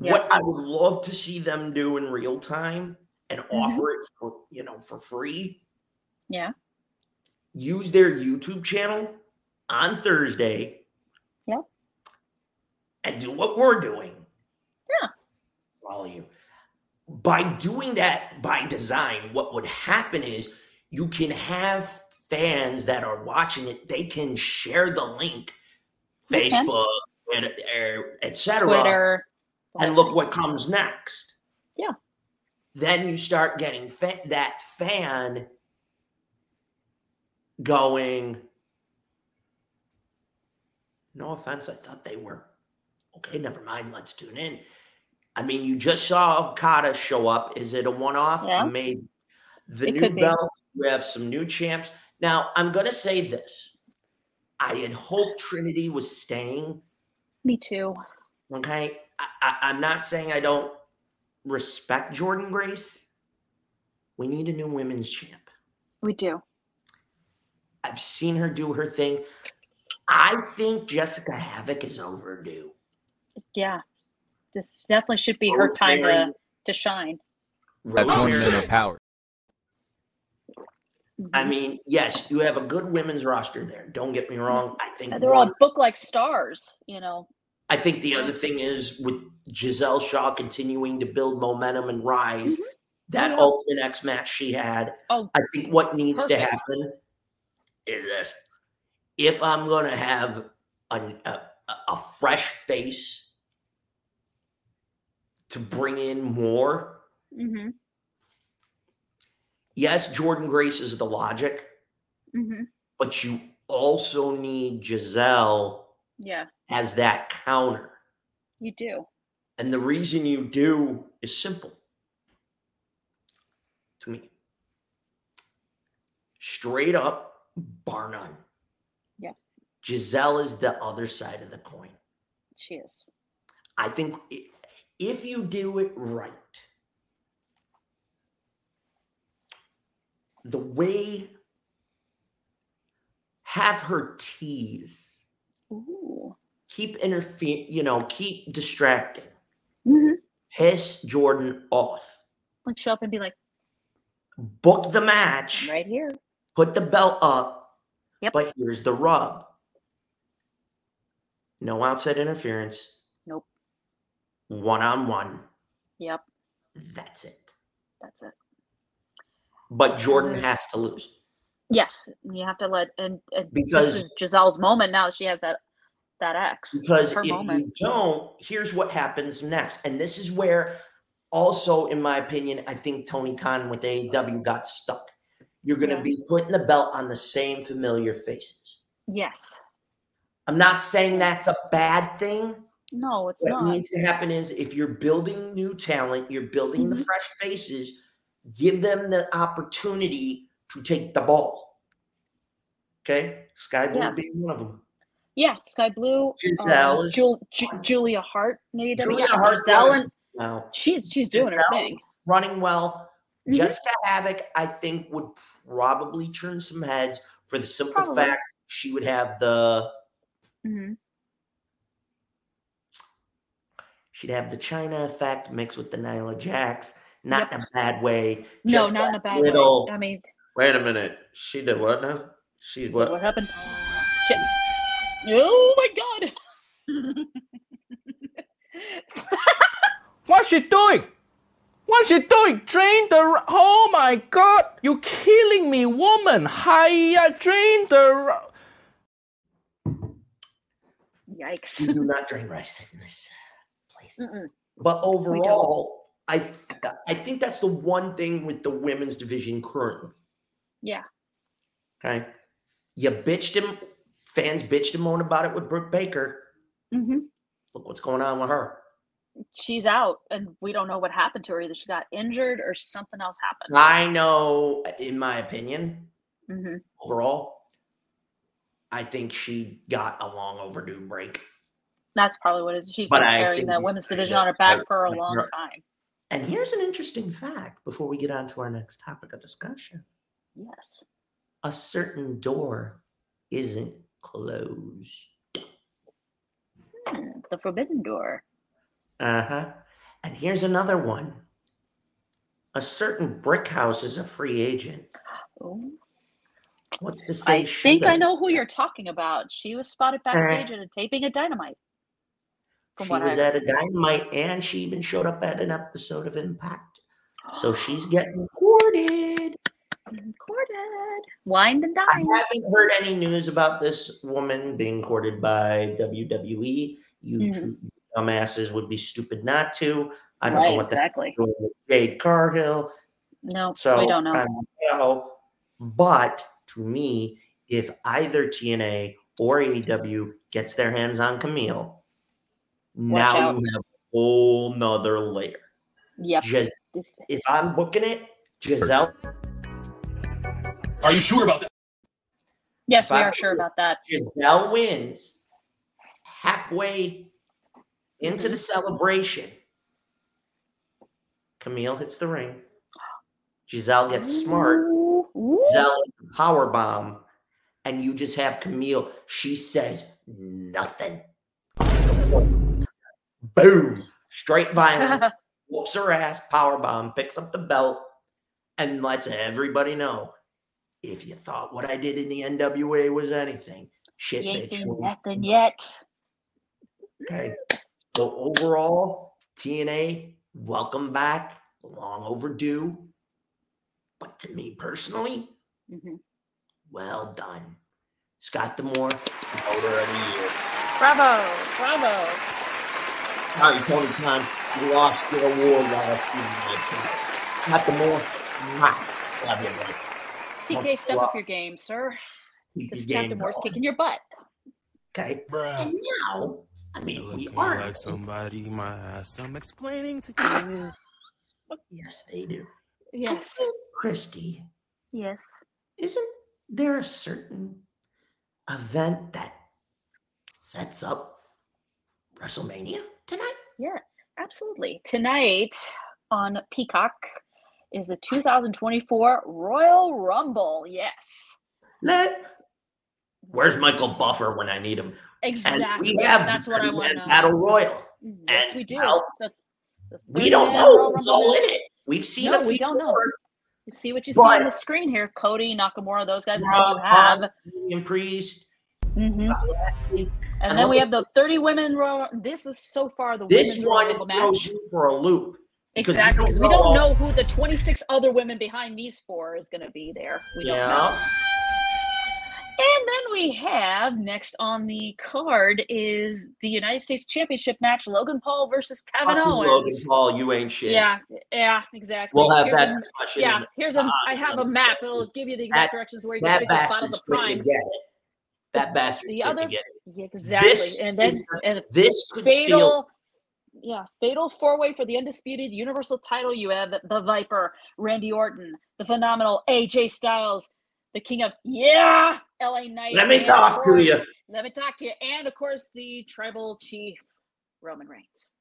Speaker 4: Yeah.
Speaker 5: What I would love to see them do in real time and offer it for you know for free
Speaker 4: Mm-hmm. Yeah.
Speaker 5: use their YouTube channel on Thursday.
Speaker 4: Yep.
Speaker 5: And do what we're doing.
Speaker 4: Yeah.
Speaker 5: Follow you. By doing that by design, what would happen is you can have fans that are watching it, they can share the link,
Speaker 4: They can.
Speaker 5: Facebook, and er, et cetera
Speaker 4: Twitter.
Speaker 5: and look what comes next.
Speaker 4: Yeah.
Speaker 5: Then you start getting fa- that fan going. No offense, I thought they were okay. Never mind. Let's tune in. I mean, you just saw Okada show up. Is it a one-off?
Speaker 4: Yeah.
Speaker 5: Maybe the
Speaker 4: It
Speaker 5: new
Speaker 4: could be.
Speaker 5: belts. We have some new champs. Now, I'm going to say this. I had hoped Trinity was staying
Speaker 4: Me too.
Speaker 5: Okay. I, I, I'm not saying I don't respect Jordan Grace. We need a new women's champ.
Speaker 4: We do.
Speaker 5: I've seen her do her thing. I think Jessica Havoc is overdue.
Speaker 4: Yeah. This definitely should be her time to, to shine.
Speaker 3: That's
Speaker 8: Oh,
Speaker 3: one
Speaker 5: Rosemary-
Speaker 3: man of power.
Speaker 5: I
Speaker 4: Mhm.
Speaker 5: mean, yes, you have a good women's roster there. Don't get me wrong. I think
Speaker 4: they're
Speaker 5: one-
Speaker 4: all booked like stars, you know.
Speaker 5: I think the other thing is with Giselle Shaw continuing to build momentum and rise,
Speaker 4: Mhm.
Speaker 5: that
Speaker 4: Yeah.
Speaker 5: Ultimate X match she had.
Speaker 4: Oh.
Speaker 5: I think what needs to
Speaker 4: Perfect.
Speaker 5: happen is this: if I'm going to have an- a, a a fresh face to bring in more,
Speaker 4: hmm
Speaker 5: yes, Jordan Grace is the logic,
Speaker 4: hmm
Speaker 5: but you also need Giselle
Speaker 4: Yeah,
Speaker 5: as that counter.
Speaker 4: you do.
Speaker 5: And the reason you do is simple to me. Straight up, bar none.
Speaker 4: Yeah.
Speaker 5: Giselle is the other side of the coin.
Speaker 4: She is.
Speaker 5: I think i- if you do it right, the way have her tease,
Speaker 4: Ooh.
Speaker 5: keep interfering, you know, keep distracting, Mm-hmm.
Speaker 4: hmm
Speaker 5: piss Jordan off.
Speaker 4: Like show up and be like,
Speaker 5: book the match,
Speaker 4: I'm right here.
Speaker 5: put the belt up.
Speaker 4: Yep.
Speaker 5: But here's the rub no outside interference.
Speaker 4: Nope.
Speaker 5: One on one.
Speaker 4: Yep,
Speaker 5: That's it.
Speaker 4: that's it.
Speaker 5: But Jordan
Speaker 4: Mhm.
Speaker 5: has to lose.
Speaker 4: Yes, you have to let and, and
Speaker 5: Because-
Speaker 4: this is Giselle's moment now. that She has that that ex. It's
Speaker 5: Because
Speaker 4: her
Speaker 5: if you
Speaker 4: moment.
Speaker 5: don't, here's what happens next. And this is where, also, in my opinion, I think Tony Khan with AEW got stuck. You're going to
Speaker 4: Yeah.
Speaker 5: be putting the belt on the same familiar faces.
Speaker 4: Yes.
Speaker 5: I'm not saying that's a bad thing.
Speaker 4: No, it's
Speaker 5: what
Speaker 4: not.
Speaker 5: needs to happen is if you're building new talent, you're building the
Speaker 4: Mhm.
Speaker 5: fresh faces, give them the opportunity to take the ball. Okay, Sky Blue
Speaker 4: Yeah.
Speaker 5: being one of them.
Speaker 4: Yeah, Sky Blue. uh,
Speaker 5: Giselle is-
Speaker 4: Jul- Ju- Julia Hart. Made
Speaker 5: Julia Hart's
Speaker 4: Giselle
Speaker 5: running
Speaker 4: and
Speaker 5: Now
Speaker 4: she's she's doing her
Speaker 5: Giselle.
Speaker 4: thing.
Speaker 5: running well,
Speaker 4: Mhm.
Speaker 5: Jessica Havoc, I think would probably turn some heads for the simple
Speaker 4: Probably.
Speaker 5: fact she would have the
Speaker 4: hmm
Speaker 5: she'd have the China effect mixed with the Nyla Jax. Not in a bad way.
Speaker 4: No,
Speaker 5: just
Speaker 4: not in
Speaker 5: that
Speaker 4: a bad
Speaker 5: little
Speaker 4: way. I mean,
Speaker 5: Wait a minute. She did what now? She
Speaker 4: What,
Speaker 5: what?
Speaker 4: happened? Shit. Oh my god!
Speaker 9: What's she doing? What's she doing? Drain the. r- Oh my god! You killing me, woman! Hiya, drain the. r-
Speaker 4: Yikes.
Speaker 9: Mm.
Speaker 10: We do not drain rice in this place.
Speaker 4: Mm-mm.
Speaker 5: But overall, I I think that's the one thing with the women's division currently.
Speaker 4: Yeah.
Speaker 5: Okay. You bitched him. Fans bitched and moaned about it with Brooke Baker.
Speaker 4: hmm
Speaker 5: Look what's going on with her.
Speaker 4: She's out, and we don't know what happened to her. Either she got injured or something else happened.
Speaker 5: I know, in my opinion,
Speaker 4: hmm
Speaker 5: overall, I think she got a long overdue break.
Speaker 4: That's probably what it is. She's
Speaker 5: But
Speaker 4: been
Speaker 5: I
Speaker 4: carrying
Speaker 5: think
Speaker 4: that
Speaker 5: it's
Speaker 4: women's
Speaker 5: kind
Speaker 4: division
Speaker 5: of
Speaker 4: on her back
Speaker 5: like-
Speaker 4: for a
Speaker 5: like
Speaker 4: long
Speaker 5: her-
Speaker 4: time.
Speaker 5: And here's an interesting fact before we get on to our next topic of discussion.
Speaker 4: Yes.
Speaker 5: A certain door isn't closed.
Speaker 4: Hmm, The Forbidden Door.
Speaker 5: Uh huh. And here's another one. A certain brick house is a free agent.
Speaker 4: Oh.
Speaker 5: What's to say?
Speaker 4: I
Speaker 5: she
Speaker 4: think I
Speaker 5: doesn't-
Speaker 4: know who you're talking about. She was spotted backstage at a taping of Dynamite. From
Speaker 5: She
Speaker 4: what
Speaker 5: was
Speaker 4: I
Speaker 5: at a dynamite, and she even showed up at an episode of Impact. So she's getting courted.
Speaker 4: recorded. Wind and
Speaker 5: I
Speaker 4: dine.
Speaker 5: haven't heard any news about this woman being courted by WWE. You
Speaker 4: Mhm.
Speaker 5: two dumbasses would be stupid not to. I don't
Speaker 4: right,
Speaker 5: know what the
Speaker 4: exactly.
Speaker 5: doing with Jade Cargill.
Speaker 4: No,
Speaker 5: So um,
Speaker 4: we don't know.
Speaker 5: I don't know. But to me, if either TNA or AEW gets their hands on Camille, now
Speaker 4: out.
Speaker 5: you have a whole nother layer.
Speaker 4: yep.
Speaker 5: Just-
Speaker 4: It's-
Speaker 5: If I'm booking it, Giselle,
Speaker 11: Are you sure about that?
Speaker 4: yes, we
Speaker 5: I
Speaker 4: are sure about that.
Speaker 5: Giselle wins halfway into the celebration. Camille hits the ring. Giselle gets smart.
Speaker 4: Ooh, ooh.
Speaker 5: Zell power bomb, and you just have Camille. She says nothing. Boom! Straight violence. whoops her ass. Power bomb. Picks up the belt and lets everybody know. If you thought what I did in the NWA was anything, shit,
Speaker 4: You ain't
Speaker 5: bitch.
Speaker 4: seen
Speaker 5: you ain't
Speaker 4: nothing
Speaker 5: seen
Speaker 4: yet.
Speaker 5: Okay. So overall, TNA, welcome back. Long overdue. But to me personally,
Speaker 4: hmm
Speaker 5: well done. Scott Demore, voter of the year.
Speaker 4: Bravo, bravo.
Speaker 5: Sorry, Tony Khan, you lost your award last season. Scott Demore, not. Love you, buddy.
Speaker 4: TK,
Speaker 5: Let's
Speaker 4: step
Speaker 5: go
Speaker 4: up
Speaker 5: out.
Speaker 4: your game, sir.
Speaker 5: Keep
Speaker 4: Because
Speaker 5: your
Speaker 4: Captain
Speaker 5: game
Speaker 4: Moore's
Speaker 5: going.
Speaker 4: kicking your butt.
Speaker 5: Okay. And now, I mean, we are. Ah.
Speaker 12: like somebody my ass. I'm explaining to you.
Speaker 5: yes, they do.
Speaker 4: Yes.
Speaker 5: Christy,
Speaker 4: Yes.
Speaker 5: isn't there a certain event that sets up WrestleMania tonight?
Speaker 4: Yeah, absolutely. Tonight on Peacock is the 2024 Royal Rumble. Yes.
Speaker 5: Let. Where's Michael Buffer when I need him?
Speaker 4: Exactly.
Speaker 5: And we have
Speaker 4: That's what I
Speaker 5: we
Speaker 4: want
Speaker 5: have
Speaker 4: to know. Mm-hmm.
Speaker 5: Battle Royal.
Speaker 4: yes,
Speaker 5: and
Speaker 4: we do.
Speaker 5: now
Speaker 4: The- the
Speaker 5: We
Speaker 4: third
Speaker 5: don't
Speaker 4: man
Speaker 5: know
Speaker 4: Royal
Speaker 5: who's
Speaker 4: Rumble
Speaker 5: all
Speaker 4: match.
Speaker 5: in it. We've seen
Speaker 4: No,
Speaker 5: a
Speaker 4: we
Speaker 5: few
Speaker 4: don't know.
Speaker 5: more.
Speaker 4: You see what you see on the
Speaker 5: But- Uh-huh.
Speaker 4: screen here. Cody, Nakamura, those guys, and then
Speaker 5: Rob
Speaker 4: you have.
Speaker 5: Damian Priest.
Speaker 4: Mhm.
Speaker 5: Lashley.
Speaker 4: And
Speaker 5: I'm
Speaker 4: then we
Speaker 5: looking-
Speaker 4: have the 30 women. Royal. This is so far the
Speaker 5: This
Speaker 4: women's Royal
Speaker 5: one
Speaker 4: Rumble
Speaker 5: throws
Speaker 4: match.
Speaker 5: you for a loop. because we
Speaker 4: Exactly,
Speaker 5: don't
Speaker 4: because we
Speaker 5: know
Speaker 4: don't
Speaker 5: all-
Speaker 4: know who the 26 other women behind these four is going to be there. We don't know.
Speaker 5: Yeah.
Speaker 4: And then we have next on the card is the United States Championship match Logan Paul versus Kevin
Speaker 5: Fucking
Speaker 4: Owens.
Speaker 5: Logan Paul, you ain't shit.
Speaker 4: Yeah, yeah, exactly.
Speaker 5: We'll have
Speaker 4: Here's
Speaker 5: that
Speaker 4: a-
Speaker 5: discussion.
Speaker 4: yeah, here's a. I have a
Speaker 5: that's-
Speaker 4: map. It'll give you the exact
Speaker 5: that-
Speaker 4: directions where you can
Speaker 5: That
Speaker 4: stick those bottles
Speaker 5: bastard's
Speaker 4: of
Speaker 5: going to
Speaker 4: prime.
Speaker 5: get it. That bastard's
Speaker 4: The
Speaker 5: going
Speaker 4: other-
Speaker 5: to get it.
Speaker 4: Yeah, Exactly, and then
Speaker 5: is the
Speaker 4: and a
Speaker 5: This could steal.
Speaker 4: fatal. Yeah, fatal four way for the undisputed universal title. You have the Viper, Randy Orton, the phenomenal AJ Styles, the King of Yeah, LA Knight.
Speaker 5: Let me
Speaker 4: and
Speaker 5: talk to
Speaker 4: Orton.
Speaker 5: you.
Speaker 4: Let me talk to you. And of course, the tribal chief, Roman Reigns.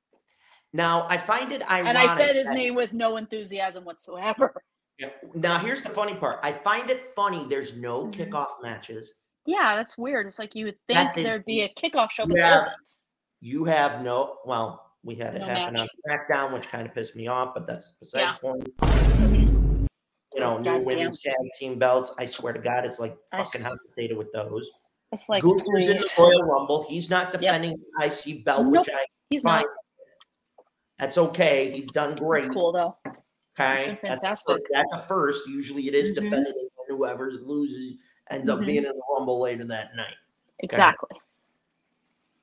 Speaker 5: Now, I find it ironic.
Speaker 4: And I said his
Speaker 5: that-
Speaker 4: name with no enthusiasm whatsoever.
Speaker 5: Yeah. Now, here's the funny part. I find it funny there's no
Speaker 4: Mhm.
Speaker 5: kickoff matches.
Speaker 4: Yeah, that's weird. It's like you would think
Speaker 5: That is-
Speaker 4: there'd be a kickoff show, but
Speaker 5: Yeah.
Speaker 4: there isn't.
Speaker 5: You have no, well, we had it
Speaker 4: No
Speaker 5: happen
Speaker 4: match.
Speaker 5: on SmackDown, which kind of pissed me off, but that's beside
Speaker 4: Yeah.
Speaker 5: the point. you know, new
Speaker 4: Goddamn.
Speaker 5: women's tag team belts. I swear to God, it's like
Speaker 4: I s-
Speaker 5: fucking hot potato with those.
Speaker 4: It's like,
Speaker 5: Gunther's in the
Speaker 4: please.
Speaker 5: Royal Rumble. He's not defending the IC belt, which I
Speaker 4: he's
Speaker 5: find-
Speaker 4: not.
Speaker 5: That's okay. He's done great.
Speaker 4: It's cool though.
Speaker 5: Okay,
Speaker 4: been
Speaker 5: that's a,
Speaker 4: fantastic. Mm-hmm.
Speaker 5: fir- that's a first. Usually, it is defended, and whoever loses ends up
Speaker 4: Mhm.
Speaker 5: being in the rumble later that night. Okay?
Speaker 4: Exactly.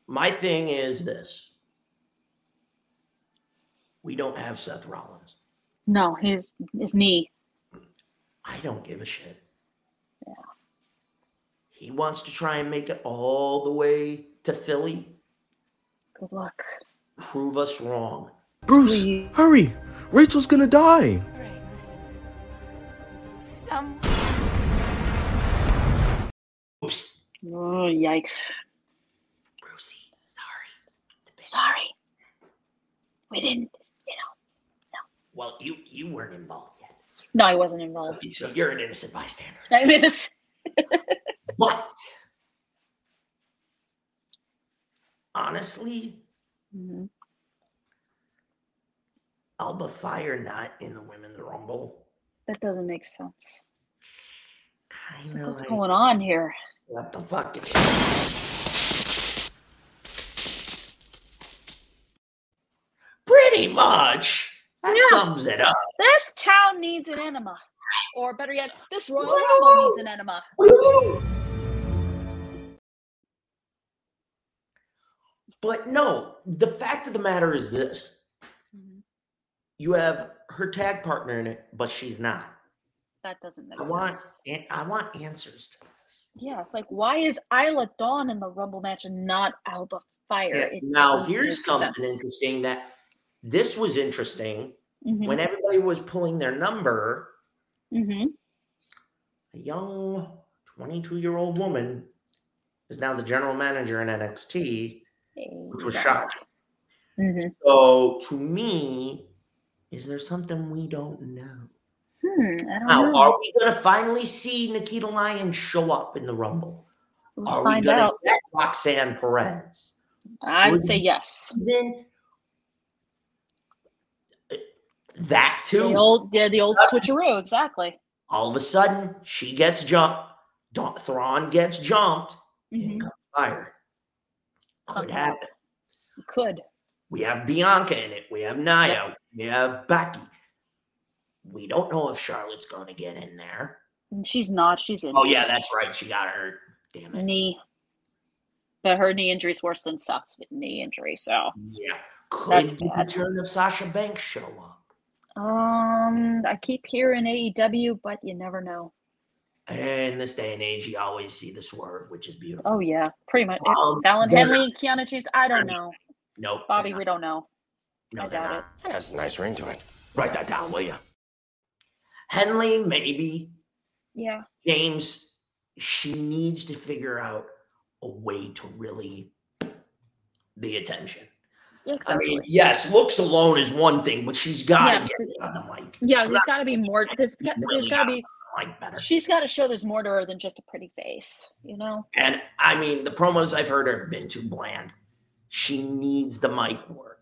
Speaker 5: My thing is this: we don't have Seth Rollins.
Speaker 4: No, his his knee.
Speaker 5: I don't give a shit. He wants to try and make it all the way to Philly.
Speaker 4: Good luck.
Speaker 5: Prove us wrong.
Speaker 13: Bruce, hurry! Rachel's gonna die!
Speaker 2: Some
Speaker 5: Oops.
Speaker 4: Oh yikes.
Speaker 5: Brucey,
Speaker 4: sorry. Sorry. We didn't.
Speaker 5: Well, you you weren't involved yet,
Speaker 4: No, I wasn't involved.
Speaker 5: so you're an innocent bystander.
Speaker 4: I miss.
Speaker 5: But honestly, Mm-hmm.
Speaker 4: Mhm.
Speaker 5: Alba Fire not in the Women's Rumble.
Speaker 4: That doesn't make sense. It's like,
Speaker 5: know,
Speaker 4: what's
Speaker 5: right?
Speaker 4: going on here?
Speaker 5: What the fuck? is- Pretty much. That
Speaker 4: Yeah.
Speaker 5: sums it up.
Speaker 4: This town needs an enema. Or better yet, this Royal Rumble needs an enema.
Speaker 5: But no, the fact of the matter is this.
Speaker 4: Mm-hmm.
Speaker 5: You have her tag partner in it, but she's not.
Speaker 4: That doesn't make
Speaker 5: I
Speaker 4: sense.
Speaker 5: want an- I want answers to
Speaker 4: Yeah, it's like, why is Isla Dawn in the Rumble match and not Alba Fire?
Speaker 5: Yeah,
Speaker 4: It
Speaker 5: Now
Speaker 4: doesn't
Speaker 5: here's
Speaker 4: make
Speaker 5: something
Speaker 4: sense.
Speaker 5: interesting that this was interesting.
Speaker 4: Mhm.
Speaker 5: When everybody was pulling their number,
Speaker 4: Mhm.
Speaker 5: a young 22 year old woman is now the general manager in NXT, which was
Speaker 4: Yeah.
Speaker 5: shocking.
Speaker 4: Mhm.
Speaker 5: So to me, is there something we don't know?
Speaker 4: Hmm, I don't
Speaker 5: Now,
Speaker 4: know.
Speaker 5: are we going to finally see Nikita Lyon show up in the Rumble?
Speaker 4: Let's
Speaker 5: are
Speaker 4: find
Speaker 5: we gonna
Speaker 4: out.
Speaker 5: get Roxanne Perez?
Speaker 4: I would
Speaker 5: Would-
Speaker 4: say yes.
Speaker 5: That too.
Speaker 4: The old, yeah, the old switcheroo, exactly.
Speaker 5: All of a sudden, she gets jumped. Da- Thrawn gets jumped.
Speaker 4: Mhm.
Speaker 5: Fire. Could
Speaker 4: Something
Speaker 5: happen.
Speaker 4: Could.
Speaker 5: We have Bianca in it. We have Naya. We have Becky. We don't know if Charlotte's going to get in there.
Speaker 4: And She's not. She's in.
Speaker 5: Oh, yeah, that's right. She got hurt. Damn it.
Speaker 4: knee. But her knee injury is worse than Seth's knee injury. So
Speaker 5: Yeah.
Speaker 4: Mm. That's
Speaker 5: Could the
Speaker 4: bad.
Speaker 5: return of Sasha Banks show up?
Speaker 4: um, I keep hearing AEW, but you never know.
Speaker 5: And this day and age, you always see the swerve, which is beautiful.
Speaker 4: Oh yeah, pretty much.
Speaker 5: Um,
Speaker 4: Fallon
Speaker 5: they're
Speaker 4: Henley, Keanu Reeves. I don't know.
Speaker 5: Nope. they're
Speaker 4: Bobby,
Speaker 5: not.
Speaker 4: we don't know.
Speaker 5: No,
Speaker 4: I
Speaker 5: they're
Speaker 4: doubt
Speaker 5: not.
Speaker 8: That has a nice ring to it.
Speaker 5: Write that down, will you? Henley, maybe.
Speaker 4: Yeah.
Speaker 5: James, she needs to figure out a way to really the attention.
Speaker 4: Yeah,
Speaker 5: I
Speaker 4: exactly.
Speaker 5: mean, yes, looks alone is one thing, but she's got
Speaker 4: Yeah,
Speaker 5: to get on the mic.
Speaker 4: yeah,
Speaker 5: I'm
Speaker 4: there's
Speaker 5: not
Speaker 4: got to be more. There's,
Speaker 5: She's
Speaker 4: there's
Speaker 5: really
Speaker 4: got to be.
Speaker 5: on the mic better.
Speaker 4: She's got to show there's more to her than just a pretty face, you know.
Speaker 5: And I mean, the promos I've heard have been too bland. She needs the mic work.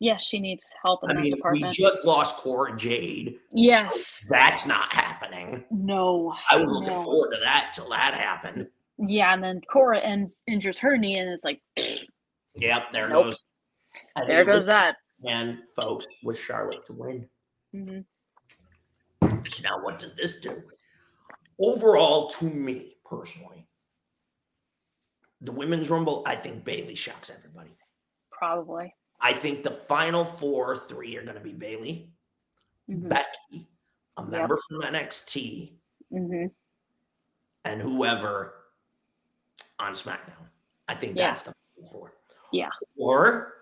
Speaker 4: Yeah, she needs help in
Speaker 5: I
Speaker 4: that
Speaker 5: mean, we
Speaker 4: department.
Speaker 5: just lost Cora Jade.
Speaker 4: yes.
Speaker 5: That's not happening.
Speaker 4: No.
Speaker 5: I was looking
Speaker 4: no.
Speaker 5: forward to that till that happened.
Speaker 4: Yeah, and then Cora ends, injures her knee, and it's like,
Speaker 5: Yep, there
Speaker 4: Nope.
Speaker 5: goes. I
Speaker 4: there
Speaker 5: think
Speaker 4: goes that.
Speaker 5: And folks, with Charlotte to win.
Speaker 4: hmm
Speaker 5: So now, what does this do? Overall, to me personally, the women's rumble, I think Bailey shocks everybody.
Speaker 4: Probably.
Speaker 5: I think the final four, three are going to be Bailey,
Speaker 4: Mhm.
Speaker 5: Becky, a member from NXT,
Speaker 4: Mm-hmm.
Speaker 5: and whoever on SmackDown. I think
Speaker 4: Yeah.
Speaker 5: that's the final four.
Speaker 4: Yeah.
Speaker 5: Or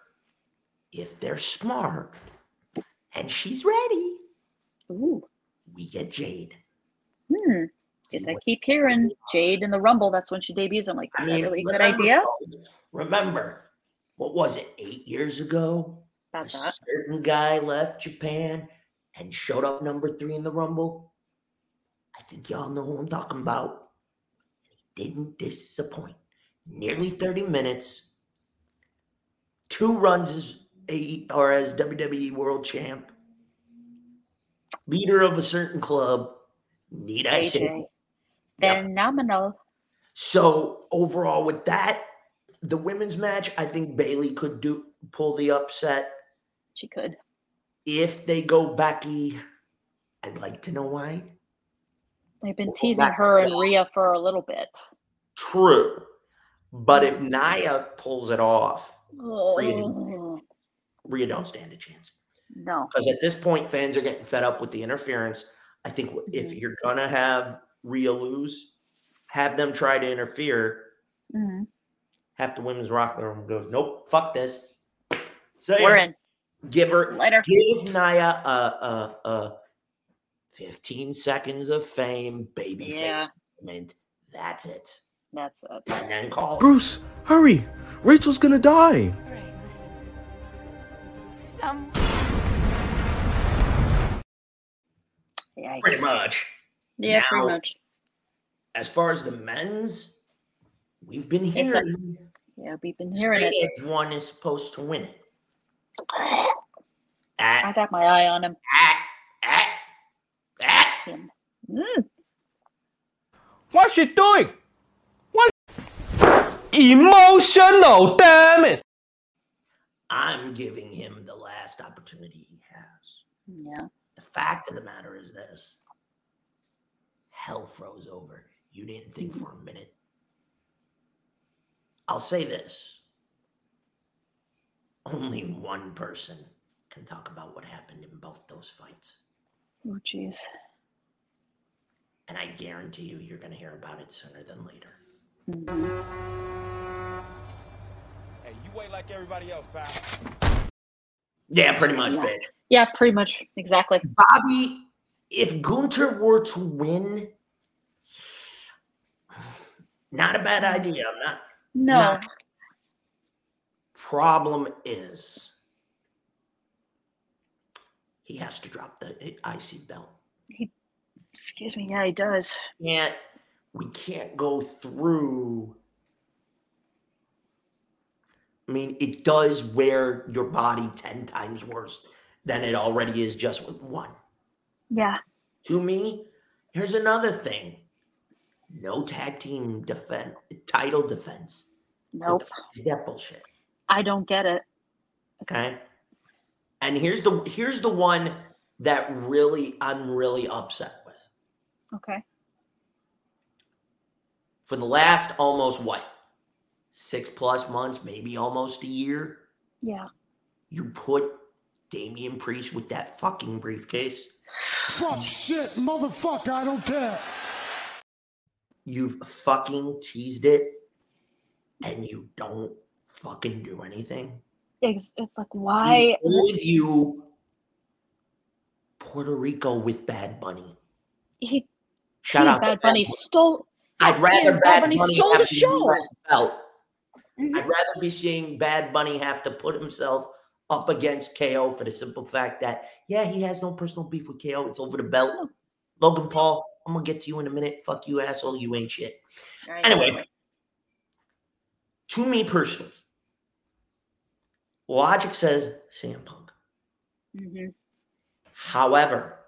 Speaker 5: if they're smart and she's ready,
Speaker 4: Ooh.
Speaker 5: we get Jade.
Speaker 4: Hmm. Because I keep hearing Jade in the Rumble. That's when she debuts. I'm like,
Speaker 5: I
Speaker 4: is that
Speaker 5: mean,
Speaker 4: really a good
Speaker 5: remember,
Speaker 4: idea?
Speaker 5: folks, Remember, what was it, eight years ago? A
Speaker 4: About that.
Speaker 5: certain guy left Japan and showed up number three in the Rumble. I think y'all know who I'm talking about. He didn't disappoint. Nearly 30 minutes, two runs as E, AE E or as WWE World Champ, leader of a certain club. Need I say?
Speaker 4: AJ. Phenomenal.
Speaker 5: So overall, with that, the women's match, I think Bailey could do pull the upset.
Speaker 4: She could.
Speaker 5: If they go Becky, I'd like to know why.
Speaker 4: They've been teasing her and Rhea for a little bit.
Speaker 5: True, but if Naya pulls it off,
Speaker 4: Oh,
Speaker 5: Rhea don't stand a chance.
Speaker 4: no.
Speaker 5: Because at this point, fans are getting fed up with the interference. I think w- if you're gonna have Rhea lose, have them try to interfere.
Speaker 4: Mhm.
Speaker 5: Oh, Half the women's rock room goes, nope, fuck this. So
Speaker 4: We're in.
Speaker 5: Give her,
Speaker 4: Later.
Speaker 5: give Naya a, a, a 15 seconds of fame, baby
Speaker 4: Yeah.
Speaker 5: face moment. That's it.
Speaker 4: That's it.
Speaker 5: And then call. it.
Speaker 13: Bruce, hurry! Rachel's gonna die!
Speaker 5: Pretty
Speaker 4: Yikes.
Speaker 5: much.
Speaker 4: Yeah, pretty
Speaker 5: Now,
Speaker 4: much.
Speaker 5: As far as the men's, we've been
Speaker 4: It's a-
Speaker 5: hearing
Speaker 4: yeah, we've been hearing
Speaker 5: straight
Speaker 4: it.
Speaker 5: edge one is supposed to win it.
Speaker 4: I got my eye on him.
Speaker 5: Ah,
Speaker 4: Him. Mm.
Speaker 9: What's she doing? What? Emotional, damn it!
Speaker 5: I'm giving him the last opportunity he has.
Speaker 4: Yeah.
Speaker 5: The fact of the matter is this hell froze over. You didn't think
Speaker 4: Mm-hmm.
Speaker 5: for a minute. I'll say this only one person can talk about what happened in both those fights.
Speaker 4: Oh, jeez.
Speaker 5: And I guarantee you, you're going to hear about it sooner than later.
Speaker 14: Hey, you wait like everybody else, pal.
Speaker 5: Yeah, pretty much,
Speaker 4: Yeah.
Speaker 5: bitch.
Speaker 4: Yeah, pretty much. Exactly.
Speaker 5: Bobby, if Gunter were to win, not a bad idea. I'm not.
Speaker 4: No.
Speaker 5: Not- Problem is, he has to drop the IC belt.
Speaker 4: Excuse me. Yeah, he does.
Speaker 5: Can't we can't go through? I mean, it does wear your body ten times worse than it already is just with one.
Speaker 4: Yeah.
Speaker 5: to me, here's another thing: no tag team defense, title defense. What
Speaker 4: Nope.
Speaker 5: the fuck is that bullshit?
Speaker 4: I don't get it.
Speaker 5: Okay. And here's the here's the one that really I'm really upset with.
Speaker 4: Okay.
Speaker 5: For the last almost what six plus months, maybe almost a year,
Speaker 4: Yeah.
Speaker 5: you put Damian Priest with that fucking briefcase.
Speaker 1: Fuck shit, motherfucker, I don't care.
Speaker 5: You've fucking teased it, and you don't fucking do anything.
Speaker 4: It's, it's like,
Speaker 5: I
Speaker 4: why?
Speaker 5: gave you Puerto Rico with Bad Bunny.
Speaker 4: He,
Speaker 5: Shout
Speaker 4: he-
Speaker 5: out to
Speaker 4: Bad Bunny stole.
Speaker 5: I'd rather
Speaker 4: Bad
Speaker 5: Bad
Speaker 4: Bunny
Speaker 5: Bunny
Speaker 4: stole
Speaker 5: have
Speaker 4: the
Speaker 5: the
Speaker 4: show. Mm-hmm.
Speaker 5: US belt. I'd rather be seeing Bad Bunny have to put himself up against KO for the simple fact that yeah, he has no personal beef with KO. It's over the belt. Logan Paul, I'm gonna get to you in a minute. Fuck you, asshole. You ain't shit.
Speaker 4: Right,
Speaker 5: Anyway, to me personally, logic says Sam Punk.
Speaker 4: Mhm.
Speaker 5: However,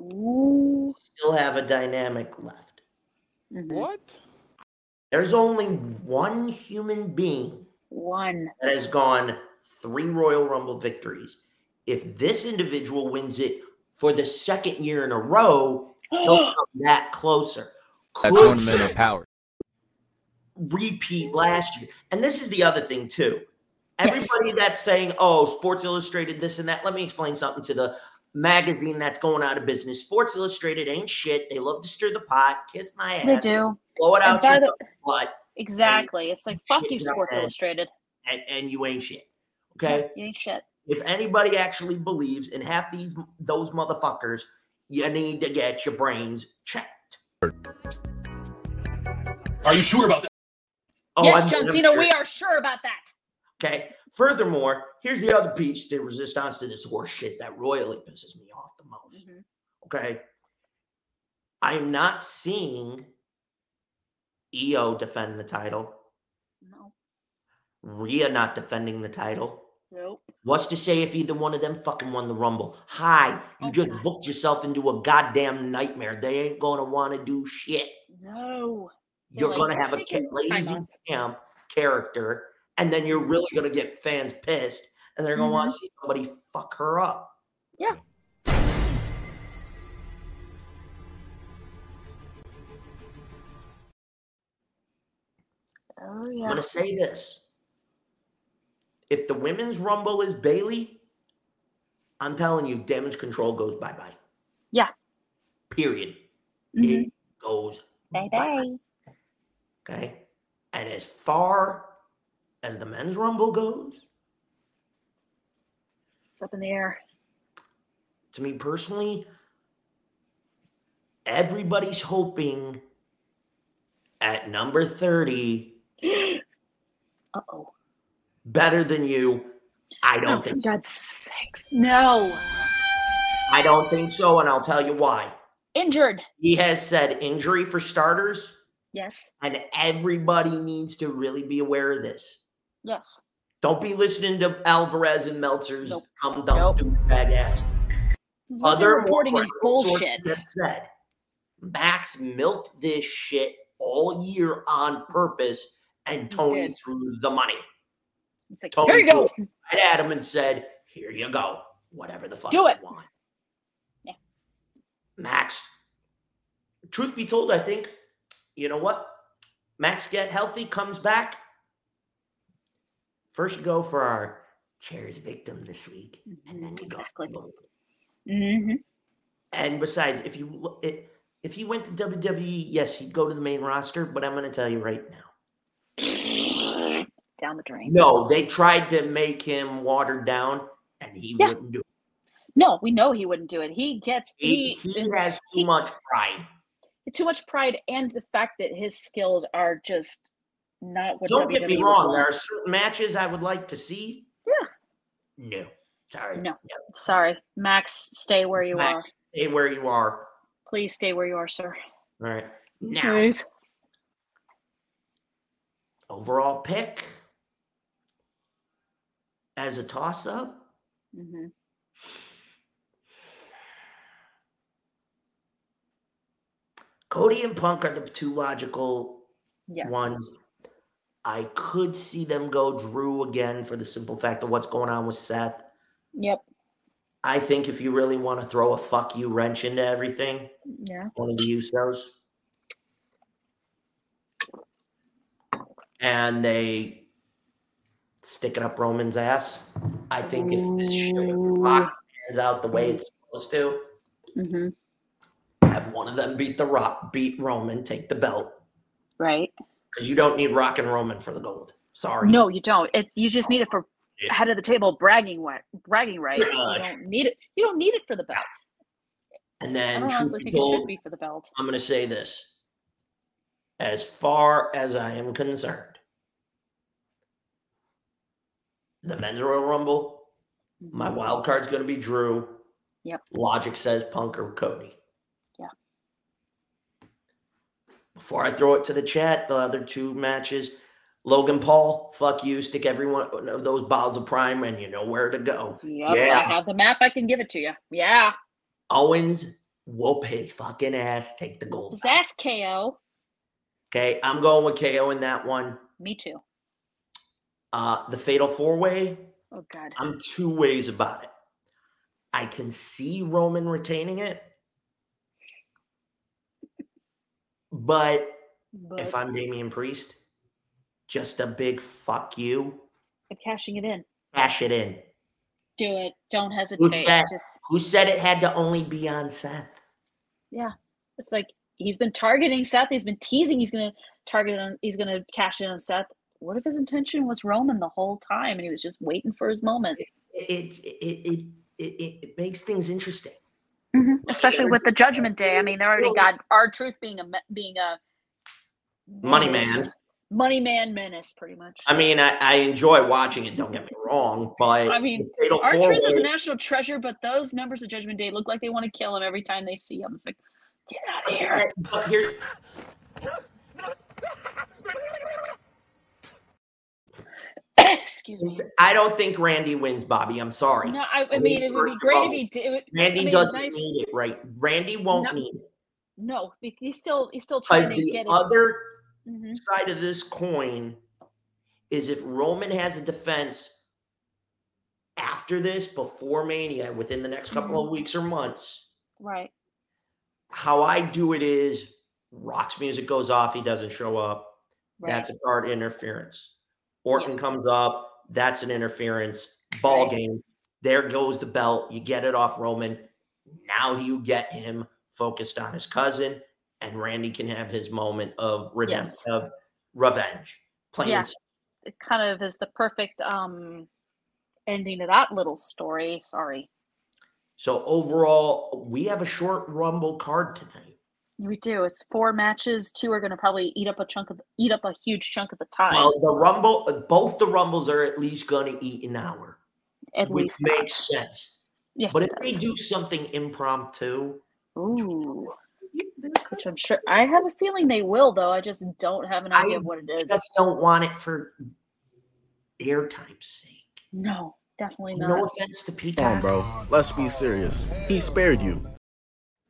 Speaker 4: Ooh.
Speaker 5: still have a dynamic left.
Speaker 4: Mhm.
Speaker 14: What?
Speaker 5: There's only one human being
Speaker 4: One.
Speaker 5: that has gone three Royal Rumble victories. If this individual wins it for the second year in a row, they'll come that closer.
Speaker 15: That's
Speaker 5: Could
Speaker 15: one minute of power.
Speaker 5: repeat last year. And this is the other thing too. Everybody that's saying, "Oh, Sports Illustrated this and that," let me explain something to the magazine that's going out of business. Sports Illustrated ain't shit. They love to stir the pot, kiss my ass,
Speaker 4: They do.
Speaker 5: blow it
Speaker 4: And
Speaker 5: out
Speaker 4: by
Speaker 5: your
Speaker 4: the-
Speaker 5: butt,
Speaker 4: Exactly. It's like, fuck you,
Speaker 5: you know,
Speaker 4: Sports
Speaker 5: and-
Speaker 4: Illustrated.
Speaker 5: and, and you ain't shit. Okay.
Speaker 4: You ain't shit.
Speaker 5: If anybody actually believes in half these those motherfuckers, you need to get your brains checked.
Speaker 11: Are you sure about that?
Speaker 4: yes,
Speaker 5: oh, I'm-
Speaker 4: John
Speaker 5: I'm
Speaker 4: Cena,
Speaker 5: sure.
Speaker 4: we are sure about that.
Speaker 5: Okay. Furthermore, here's the other piece to resistance to this horse shit that royally pisses me off the most.
Speaker 4: Mm-hmm,
Speaker 5: Okay. I am not seeing EO defend the title,
Speaker 4: No.
Speaker 5: Rhea not defending the title,
Speaker 4: Nope.
Speaker 5: What's to say if either one of them fucking won the Rumble? Hi,
Speaker 4: Oh,
Speaker 5: you just booked yourself into a goddamn nightmare. They ain't gonna want to do shit.
Speaker 4: No.
Speaker 5: You're
Speaker 4: They're
Speaker 5: gonna
Speaker 4: like,
Speaker 5: have a
Speaker 4: "Taking
Speaker 5: ca-
Speaker 4: time
Speaker 5: lazy
Speaker 4: off."
Speaker 5: camp character, and then
Speaker 4: Mm-hmm.
Speaker 5: you're really gonna get fans pissed, and they're gonna want
Speaker 4: Mhm.
Speaker 5: to see somebody fuck her up.
Speaker 4: Yeah. Oh yeah.
Speaker 5: I'm gonna say this: if the women's Rumble is Bailey, I'm telling you, damage control goes bye bye.
Speaker 4: Yeah.
Speaker 5: Period.
Speaker 4: Mm-hmm.
Speaker 5: It goes
Speaker 4: Bye bye.
Speaker 5: Okay. And as far as the men's rumble goes,
Speaker 4: It's up in the air.
Speaker 5: to me personally, everybody's hoping at number 30,
Speaker 4: Uh oh.
Speaker 5: better than you. I don't think so.
Speaker 4: God's sakes. No.
Speaker 5: I don't think so, and I'll tell you why.
Speaker 4: Injured.
Speaker 5: He has said injury for starters,
Speaker 4: Yes.
Speaker 5: and everybody needs to really be aware of this.
Speaker 4: Yes.
Speaker 5: Don't be listening to Alvarez and Meltzer's
Speaker 4: Nope.
Speaker 5: come dumb douchebag ass.
Speaker 4: This is what they're
Speaker 5: Other
Speaker 4: reporting is
Speaker 5: more credible sources
Speaker 4: bullshit.
Speaker 5: have said Max milked this shit all year on purpose, and Tony threw the money.
Speaker 4: It's like,
Speaker 5: Tony
Speaker 4: here you go.
Speaker 5: threw it Right at him and said, "Here you go, whatever the fuck
Speaker 4: Do
Speaker 5: you
Speaker 4: it.
Speaker 5: want."
Speaker 4: Yeah.
Speaker 5: Max. Truth be told, I think you know what. Max get healthy, comes back. First, you go for our chairs victim this week, and then you go. for Gold.
Speaker 4: Mm-hmm.
Speaker 5: And besides, if you look it, if he went to WWE, yes, he'd go to the main roster. But I'm going to tell you right now,
Speaker 4: Down the drain.
Speaker 5: no, they tried to make him watered down, and he
Speaker 4: Yeah.
Speaker 5: wouldn't do it.
Speaker 4: No, we know he wouldn't do it. He gets
Speaker 5: He,
Speaker 4: he,
Speaker 5: he has too much pride.
Speaker 4: too much pride and the fact that his skills are just not what
Speaker 5: Don't get
Speaker 4: WWE
Speaker 5: me
Speaker 4: would
Speaker 5: wrong.
Speaker 4: want.
Speaker 5: There are certain matches I would like to see. Yeah. No, sorry.
Speaker 4: No. Sorry. Max, stay where you
Speaker 5: Max,
Speaker 4: are.
Speaker 5: stay where you are.
Speaker 4: Please stay where you are, sir.
Speaker 5: All right. Now, overall pick as a toss up.
Speaker 4: Mm-hmm.
Speaker 5: Cody and Punk are the two logical
Speaker 4: Yes.
Speaker 5: ones. I could see them go Drew again for the simple fact of what's going on with Seth.
Speaker 4: Yep.
Speaker 5: I think if you really want to throw a fuck you wrench into everything,
Speaker 4: Yeah.
Speaker 5: one of the Usos, and they stick it up Roman's ass, I think if this show Rock pans out the way it's supposed to,
Speaker 4: Mm-hmm.
Speaker 5: have one of them beat the Rock, beat Roman, take the belt.
Speaker 4: Right.
Speaker 5: because you don't need Rock and Roman for the gold. Sorry.
Speaker 4: No, you don't. It, you just need it for
Speaker 5: Yeah.
Speaker 4: head of the table bragging wa- bragging rights.
Speaker 5: Yeah.
Speaker 4: You don't need it. You don't need it for the belt.
Speaker 5: And
Speaker 4: I
Speaker 5: then,
Speaker 4: don't
Speaker 5: truth
Speaker 4: honestly
Speaker 5: be
Speaker 4: think it should
Speaker 5: told,
Speaker 4: be for the belt.
Speaker 5: I'm going to say this. As far as I am concerned, the men's Royal Rumble, my wild card's going to be Drew.
Speaker 4: Mm-hmm. Yep.
Speaker 5: Logic says Punk or Cody.
Speaker 4: Yeah.
Speaker 5: Before I throw it to the chat, the other two matches Logan Paul, fuck you, stick every one of those bottles of prime and you know where to go.
Speaker 4: Yep.
Speaker 5: yeah.
Speaker 4: I have the map. I can give it to you. Yeah.
Speaker 5: Owens whoop his fucking ass, take the gold.
Speaker 4: His ass KO.
Speaker 5: Okay, I'm going with KO in that one.
Speaker 4: Me too.
Speaker 5: Uh, the fatal four way,
Speaker 4: Oh God.
Speaker 5: I'm two ways about it. I can see Roman retaining it, but,
Speaker 4: But
Speaker 5: if I'm Damian Priest, just a big fuck you,
Speaker 4: I'm cashing it in.
Speaker 5: cash it in.
Speaker 4: Do it. Don't
Speaker 5: Who
Speaker 4: hesitate.
Speaker 5: said,
Speaker 4: Just
Speaker 5: who said it had to only be on Seth?
Speaker 4: yeah. It's like he's been targeting Seth. He's been teasing. He's gonna target on. He's gonna cash in on Seth. What if his intention was Roman the whole time and he was just waiting for his moment?
Speaker 5: It it it it, it, it makes things interesting.
Speaker 4: Mhm, Especially with the Judgment Day. I mean, they already got our truth being a me- being a
Speaker 5: Money man.
Speaker 4: menace. money man menace, pretty much.
Speaker 5: I mean, I, I enjoy watching it. Don't get me wrong, but
Speaker 4: I mean,
Speaker 5: the fatal
Speaker 4: our truth is a
Speaker 5: four-way-
Speaker 4: national treasure, but those members of Judgment Day look like they want to kill him every time they see him. It's like, get out of here.
Speaker 5: But here's-
Speaker 4: Excuse me.
Speaker 5: I don't think Randy wins, Bobby. I'm sorry.
Speaker 4: No, I, I mean it would
Speaker 5: First
Speaker 4: be
Speaker 5: of
Speaker 4: great if
Speaker 5: all,
Speaker 4: he did. It would,
Speaker 5: Randy
Speaker 4: I mean,
Speaker 5: doesn't
Speaker 4: nice-
Speaker 5: need it, right? Randy won't
Speaker 4: No.
Speaker 5: need it
Speaker 4: No, be- he's still he's still
Speaker 5: because
Speaker 4: trying to
Speaker 5: the
Speaker 4: get
Speaker 5: other
Speaker 4: his. Mhm.
Speaker 5: side of this coin is if Roman has a defense after this, before Mania, within the next couple
Speaker 4: Mm-hmm.
Speaker 5: of weeks or months,
Speaker 4: Right.
Speaker 5: how I do it is Rock's music goes off, he doesn't show up. That's a
Speaker 4: Right.
Speaker 5: card interference. Orton
Speaker 4: Yes.
Speaker 5: comes up, that's an interference. Ball game. There goes the belt. You get it off Roman. Now you get him focused on his cousin, and Randy can have his moment of redemption,
Speaker 4: Yes.
Speaker 5: of revenge. Plain
Speaker 4: Yeah.
Speaker 5: and simple.
Speaker 4: It kind of is the perfect um ending to that little story. Sorry.
Speaker 5: So overall, we have a short Rumble card tonight.
Speaker 4: We do. It's four matches. Two are going to probably eat up a chunk of eat up a huge chunk of the time.
Speaker 5: Well, the Rumble, uh, both the Rumbles are at least going to eat an hour,
Speaker 4: At
Speaker 5: which
Speaker 4: least that.
Speaker 5: makes sense.
Speaker 4: Yes,
Speaker 5: but
Speaker 4: it
Speaker 5: if we
Speaker 4: does.
Speaker 5: do something impromptu,
Speaker 4: Ooh. Which I'm sure I have a feeling they will, though. I just don't have an idea
Speaker 5: I
Speaker 4: of what it is.
Speaker 5: just don't want it for airtime's sake.
Speaker 4: No, definitely not.
Speaker 5: No offense to
Speaker 13: Come on,
Speaker 5: Peacock.
Speaker 13: bro. Let's be serious. He spared you.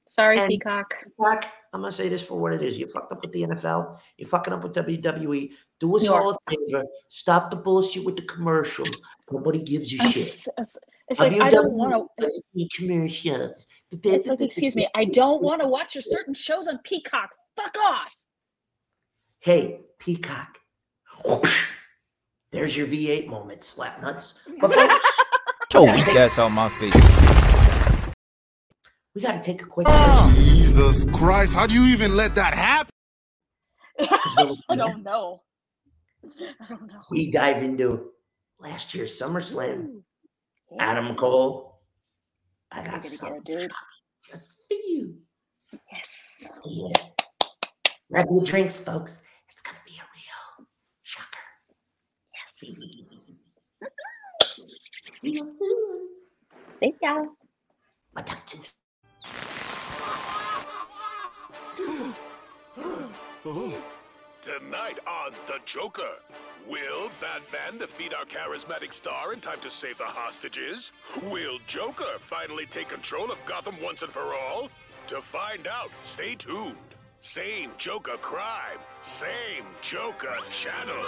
Speaker 4: Sorry,
Speaker 5: And-
Speaker 4: Peacock.
Speaker 5: Peacock, I'm gonna say this for what it is. You fucked up with the NFL. You're fucking up with WWE. Do us
Speaker 4: You are.
Speaker 5: all a favor. Stop the bullshit with the commercials. Nobody gives you
Speaker 4: I'm
Speaker 5: shit.
Speaker 4: s- I'm s- It's like I don't
Speaker 5: E
Speaker 4: want to.
Speaker 5: WWE doesn't need commercials.
Speaker 4: It's like, excuse me, I don't want to watch your certain shows on Peacock. Fuck off.
Speaker 5: Hey, Peacock. There's your V8 moment, slap nuts. But folks,
Speaker 15: Holy gas on my feet.
Speaker 5: we got to take a quick
Speaker 8: Jesus Christ, how do you even let that happen?
Speaker 4: I don't know. I don't know.
Speaker 5: we dive into last year's SummerSlam.
Speaker 4: Ooh,
Speaker 5: Adam Cole, I
Speaker 4: I
Speaker 5: got
Speaker 4: gotta get
Speaker 5: something
Speaker 4: it, dude.
Speaker 5: just for you.
Speaker 4: Yes.
Speaker 5: Yeah. Grab your drinks, folks. It's gonna be a real shocker. Yes.
Speaker 4: Thank y'all.
Speaker 5: My doctor's
Speaker 16: Tonight on The Joker, will Batman defeat our charismatic star in time to save the hostages? Will Joker finally take control of Gotham once and for all? To find out, stay tuned. Same Joker crime, same Joker channel.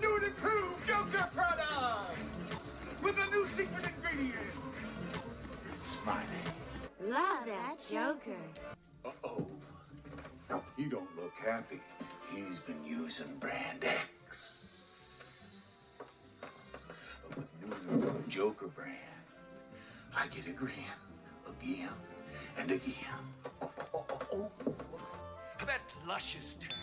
Speaker 6: New and improved Joker products with a new secret ingredient.
Speaker 1: Smiley.
Speaker 17: Love that Joker.
Speaker 1: Uh-oh. He don't look happy. He's been using Brand X. But with new and improved Joker brand, I get a grin again and again.
Speaker 18: That luscious tan,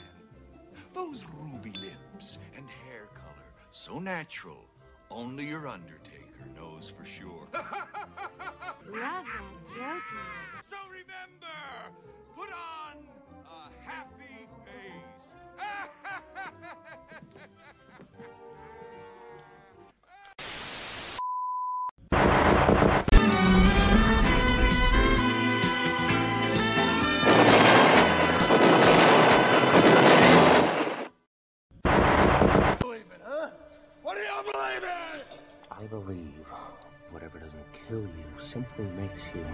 Speaker 18: those ruby lips and hair color, so natural, only your Undertaker knows for sure.
Speaker 17: Love that Joker.
Speaker 18: so remember, put on a happy face.
Speaker 3: doesn't kill you simply makes you.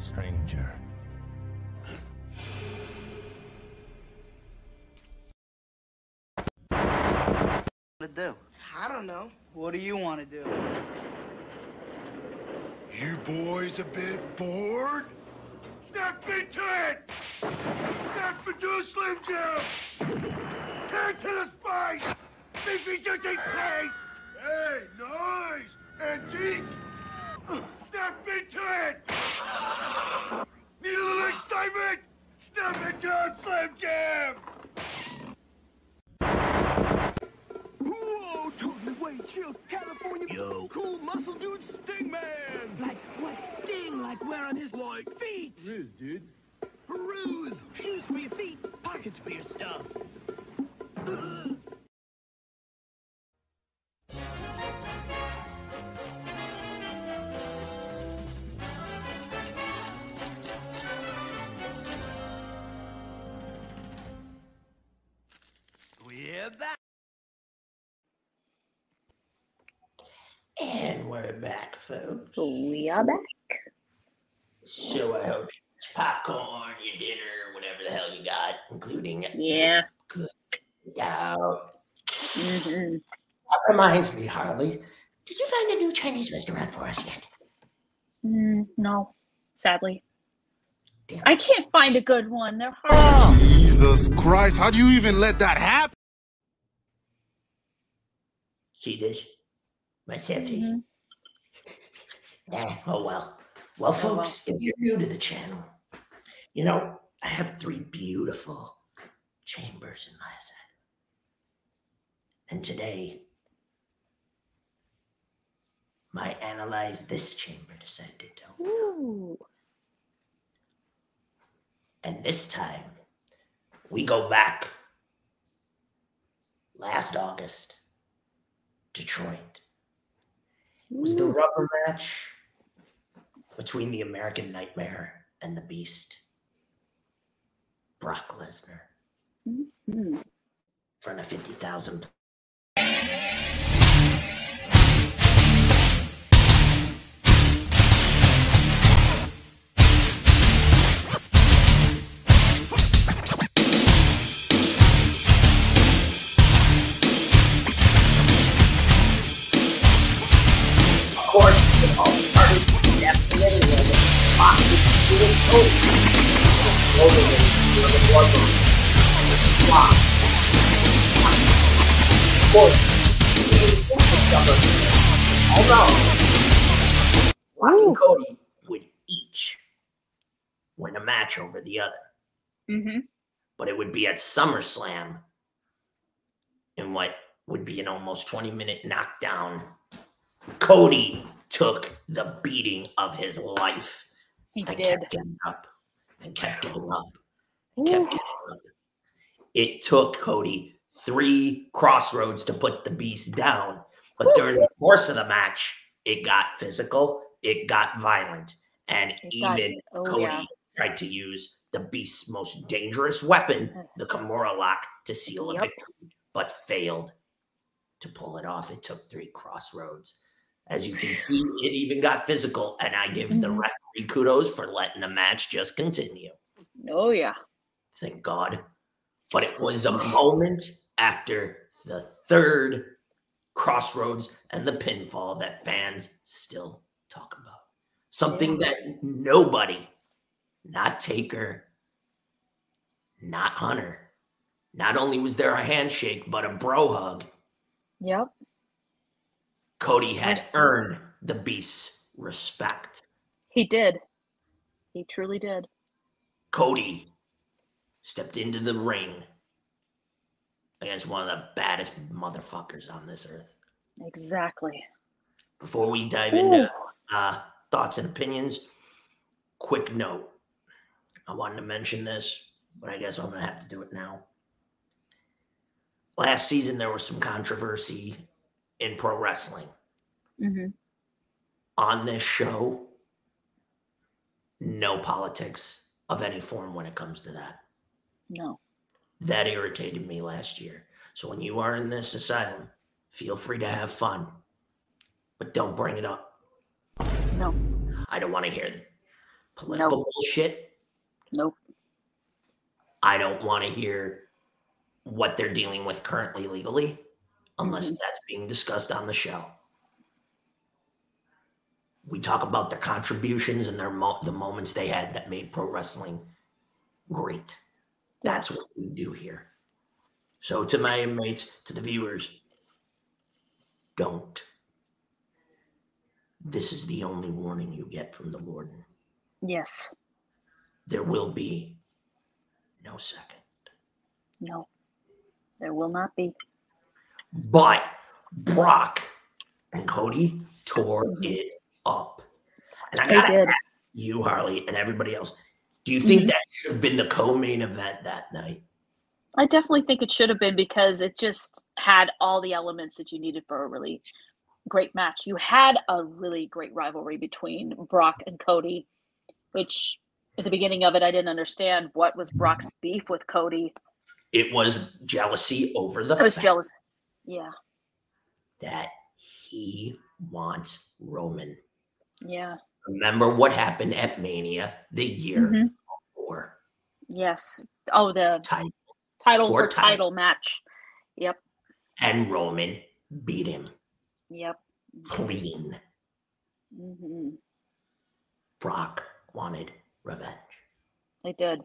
Speaker 3: Stranger.
Speaker 2: to do?
Speaker 19: I don't know. What do you want to do?
Speaker 1: You boys a bit bored? Snap into it! Snap into a Slim Jim! Turn to the spice! Think we just ate paste! Hey, nice! Antique! Snap into it! Need a little excitement? Snap into a Slim Jim!
Speaker 20: Whoa, totally way chill, California.
Speaker 16: Yo.
Speaker 20: Cool muscle dude, Sting Man. Like what Sting? Like where on his like feet? Riz, dude. Peruse. Shoes for your feet, pockets for your stuff.
Speaker 2: We're back.
Speaker 5: And we're back, folks.
Speaker 4: We are back.
Speaker 5: So I hope you got your popcorn, your dinner, whatever the hell you got, including
Speaker 4: Yeah.
Speaker 5: Good. out.
Speaker 4: Mhm.
Speaker 5: That reminds me, Harley. Did you find a new Chinese restaurant for us yet?
Speaker 4: Mm, no, sadly. I can't find a good one. They're hard.
Speaker 5: Oh.
Speaker 8: Jesus Christ, how do you even let that happen?
Speaker 5: See this? My selfie? Eh, oh well. Well, folks, if you're new to the channel, you know, I have three beautiful chambers in my set. And today, my analyze this chamber decided to.
Speaker 4: Ooh.
Speaker 5: And this time, we go back last August, Detroit. It was the rubber match between the American Nightmare and the Beast, Brock Lesnar,
Speaker 4: Mm.
Speaker 5: in front of 50,000. Of course, it all started with that video that Brock was doing coke. Rolling in the bloodroom. Brock. Of course, he discovered all knowledge. Brock and Cody would each win a match over the other,
Speaker 4: Mm-hmm.
Speaker 5: but it would be at SummerSlam in what would be an almost 20 minute knockdown. Cody took the beating of his life
Speaker 4: He
Speaker 5: and
Speaker 4: did.
Speaker 5: kept getting up and kept getting up and kept getting up. It took Cody three crossroads to put the beast down, but during the course of the match, it got physical, it got violent, and
Speaker 4: It got-
Speaker 5: even
Speaker 4: oh,
Speaker 5: Cody
Speaker 4: yeah.
Speaker 5: tried to use the beast's most dangerous weapon,
Speaker 4: Uh,
Speaker 5: the Kimura lock, to seal
Speaker 4: Yep.
Speaker 5: a victory, but failed to pull it off. It took three crossroads. As you can see, it even got physical, and I give
Speaker 4: Mm-hmm.
Speaker 5: the referee kudos for letting the match just continue.
Speaker 4: Oh yeah.
Speaker 5: Thank God. But it was a moment after the third crossroads and the pinfall that fans still talk about. Something that nobody, not Taker, not Hunter, not only was there a handshake, but a bro hug.
Speaker 4: Yep.
Speaker 5: Cody had
Speaker 4: Yes.
Speaker 5: earned the beast's respect.
Speaker 4: He did. He truly did.
Speaker 5: Cody stepped into the ring against one of the baddest motherfuckers on this earth.
Speaker 4: Exactly.
Speaker 5: Before we dive into uh, thoughts and opinions, quick note. I wanted to mention this, but I guess I'm going to have to do it now. Last season, there was some controversy in pro wrestling.
Speaker 4: Mm-hmm.
Speaker 5: on this show, no politics of any form when it comes to that.
Speaker 4: No.
Speaker 5: That irritated me last year. So when you are in this asylum, feel free to have fun. don't bring it up.
Speaker 4: No.
Speaker 5: I don't want to hear political bullshit.
Speaker 4: Nope.
Speaker 5: I don't want to hear what they're dealing with currently legally unless that's being discussed on the show. We talk about their contributions and their mo- the moments they had that made pro wrestling great. That's what we do here. So to my inmates, to the viewers, don't. This is the only warning you get from the warden.
Speaker 4: Yes.
Speaker 5: There will be no second.
Speaker 4: No. There will not be.
Speaker 5: But Brock and Cody tore it up. And I
Speaker 4: Mm-hmm. They
Speaker 5: got
Speaker 4: did.
Speaker 5: to you, Harley, and everybody else. Do you think
Speaker 4: Mhm.
Speaker 5: that should have been the co-main event that night?
Speaker 4: I definitely think it should have been because it just had all the elements that you needed for a really great match. You had a really great rivalry between Brock and Cody, which at the beginning of it I didn't understand what was Brock's beef with Cody.
Speaker 5: It was jealousy over the
Speaker 4: I was
Speaker 5: fact
Speaker 4: jealous. Yeah.
Speaker 5: that he wants Roman.
Speaker 4: Yeah.
Speaker 5: Remember what happened at Mania the year
Speaker 4: Mhm.
Speaker 5: before?
Speaker 4: Yes. Oh, the
Speaker 5: title,
Speaker 4: for, title.
Speaker 5: For title.
Speaker 4: match. Yep.
Speaker 5: And Roman beat him
Speaker 4: Yep.
Speaker 5: clean.
Speaker 4: hmm
Speaker 5: Brock wanted revenge.
Speaker 4: They did.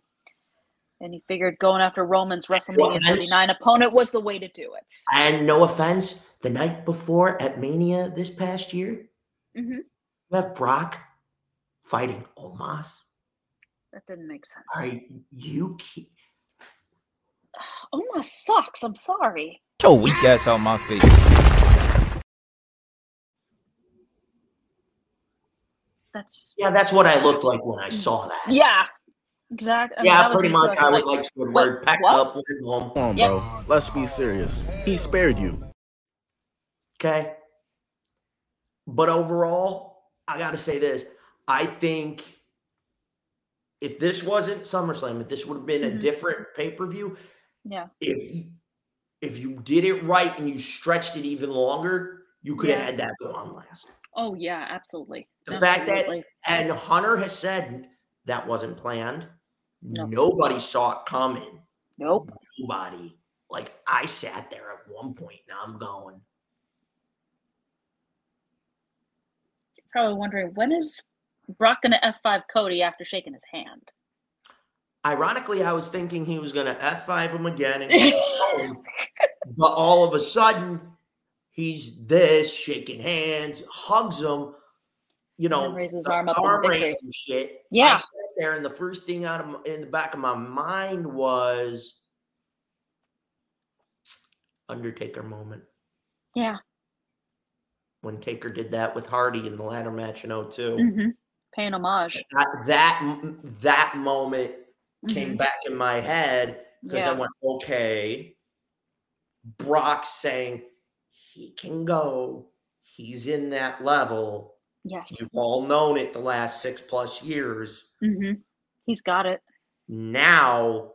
Speaker 4: And he figured going after Roman's WrestleMania
Speaker 5: offense.
Speaker 4: 39 opponent was the way to do it.
Speaker 5: And no offense, the night before at Mania this past year,
Speaker 4: hmm
Speaker 5: you have Brock fighting Omos.
Speaker 4: That didn't make sense.
Speaker 5: I, you keep
Speaker 4: Omos sucks. Oh, I'm sorry.
Speaker 15: Your weak ass on my feet.
Speaker 4: That's
Speaker 5: yeah, that's what I looked like when I saw that.
Speaker 4: yeah, exactly.
Speaker 5: yeah, pretty much. I was like,
Speaker 4: what?
Speaker 5: Squidward, packed
Speaker 4: what?
Speaker 5: up, went home.
Speaker 13: Come on,
Speaker 4: Yep.
Speaker 13: bro. Let's be serious. He spared you.
Speaker 5: Okay. But overall, I got to say this. I think if this wasn't SummerSlam, if this would have been a different pay per view,
Speaker 4: yeah,
Speaker 5: if if you did it right and you stretched it even longer, you could
Speaker 4: Yeah.
Speaker 5: have had that go on last.
Speaker 4: oh yeah, absolutely.
Speaker 5: The fact that
Speaker 4: Absolutely.
Speaker 5: and Hunter has said that wasn't planned. Nobody saw it coming.
Speaker 4: Nope.
Speaker 5: Nobody. Like I sat there at one point and I'm going,
Speaker 4: probably wondering when is Brock gonna F5 Cody after shaking his hand.
Speaker 5: Ironically, I was thinking he was going to F5 him again, and keep going. but all of a sudden, he's this shaking hands, hugs him, you
Speaker 4: And
Speaker 5: know,
Speaker 4: then raises his
Speaker 5: the
Speaker 4: arm up in victory.
Speaker 5: raise and shit. I
Speaker 4: Yeah.
Speaker 5: sat there, and the first thing out of my, in the back of my mind was Undertaker moment
Speaker 4: Yeah.
Speaker 5: when Taker did that with Hardy in the ladder match in oh 2
Speaker 4: hmm Paying homage.
Speaker 5: that that that moment came
Speaker 4: Mhm.
Speaker 5: back in my head because I
Speaker 4: Yeah.
Speaker 5: went, okay, Brock saying he can go, he's in that level.
Speaker 4: Yes.
Speaker 5: You've all known it the last six plus years.
Speaker 4: hmm He's got it.
Speaker 5: Now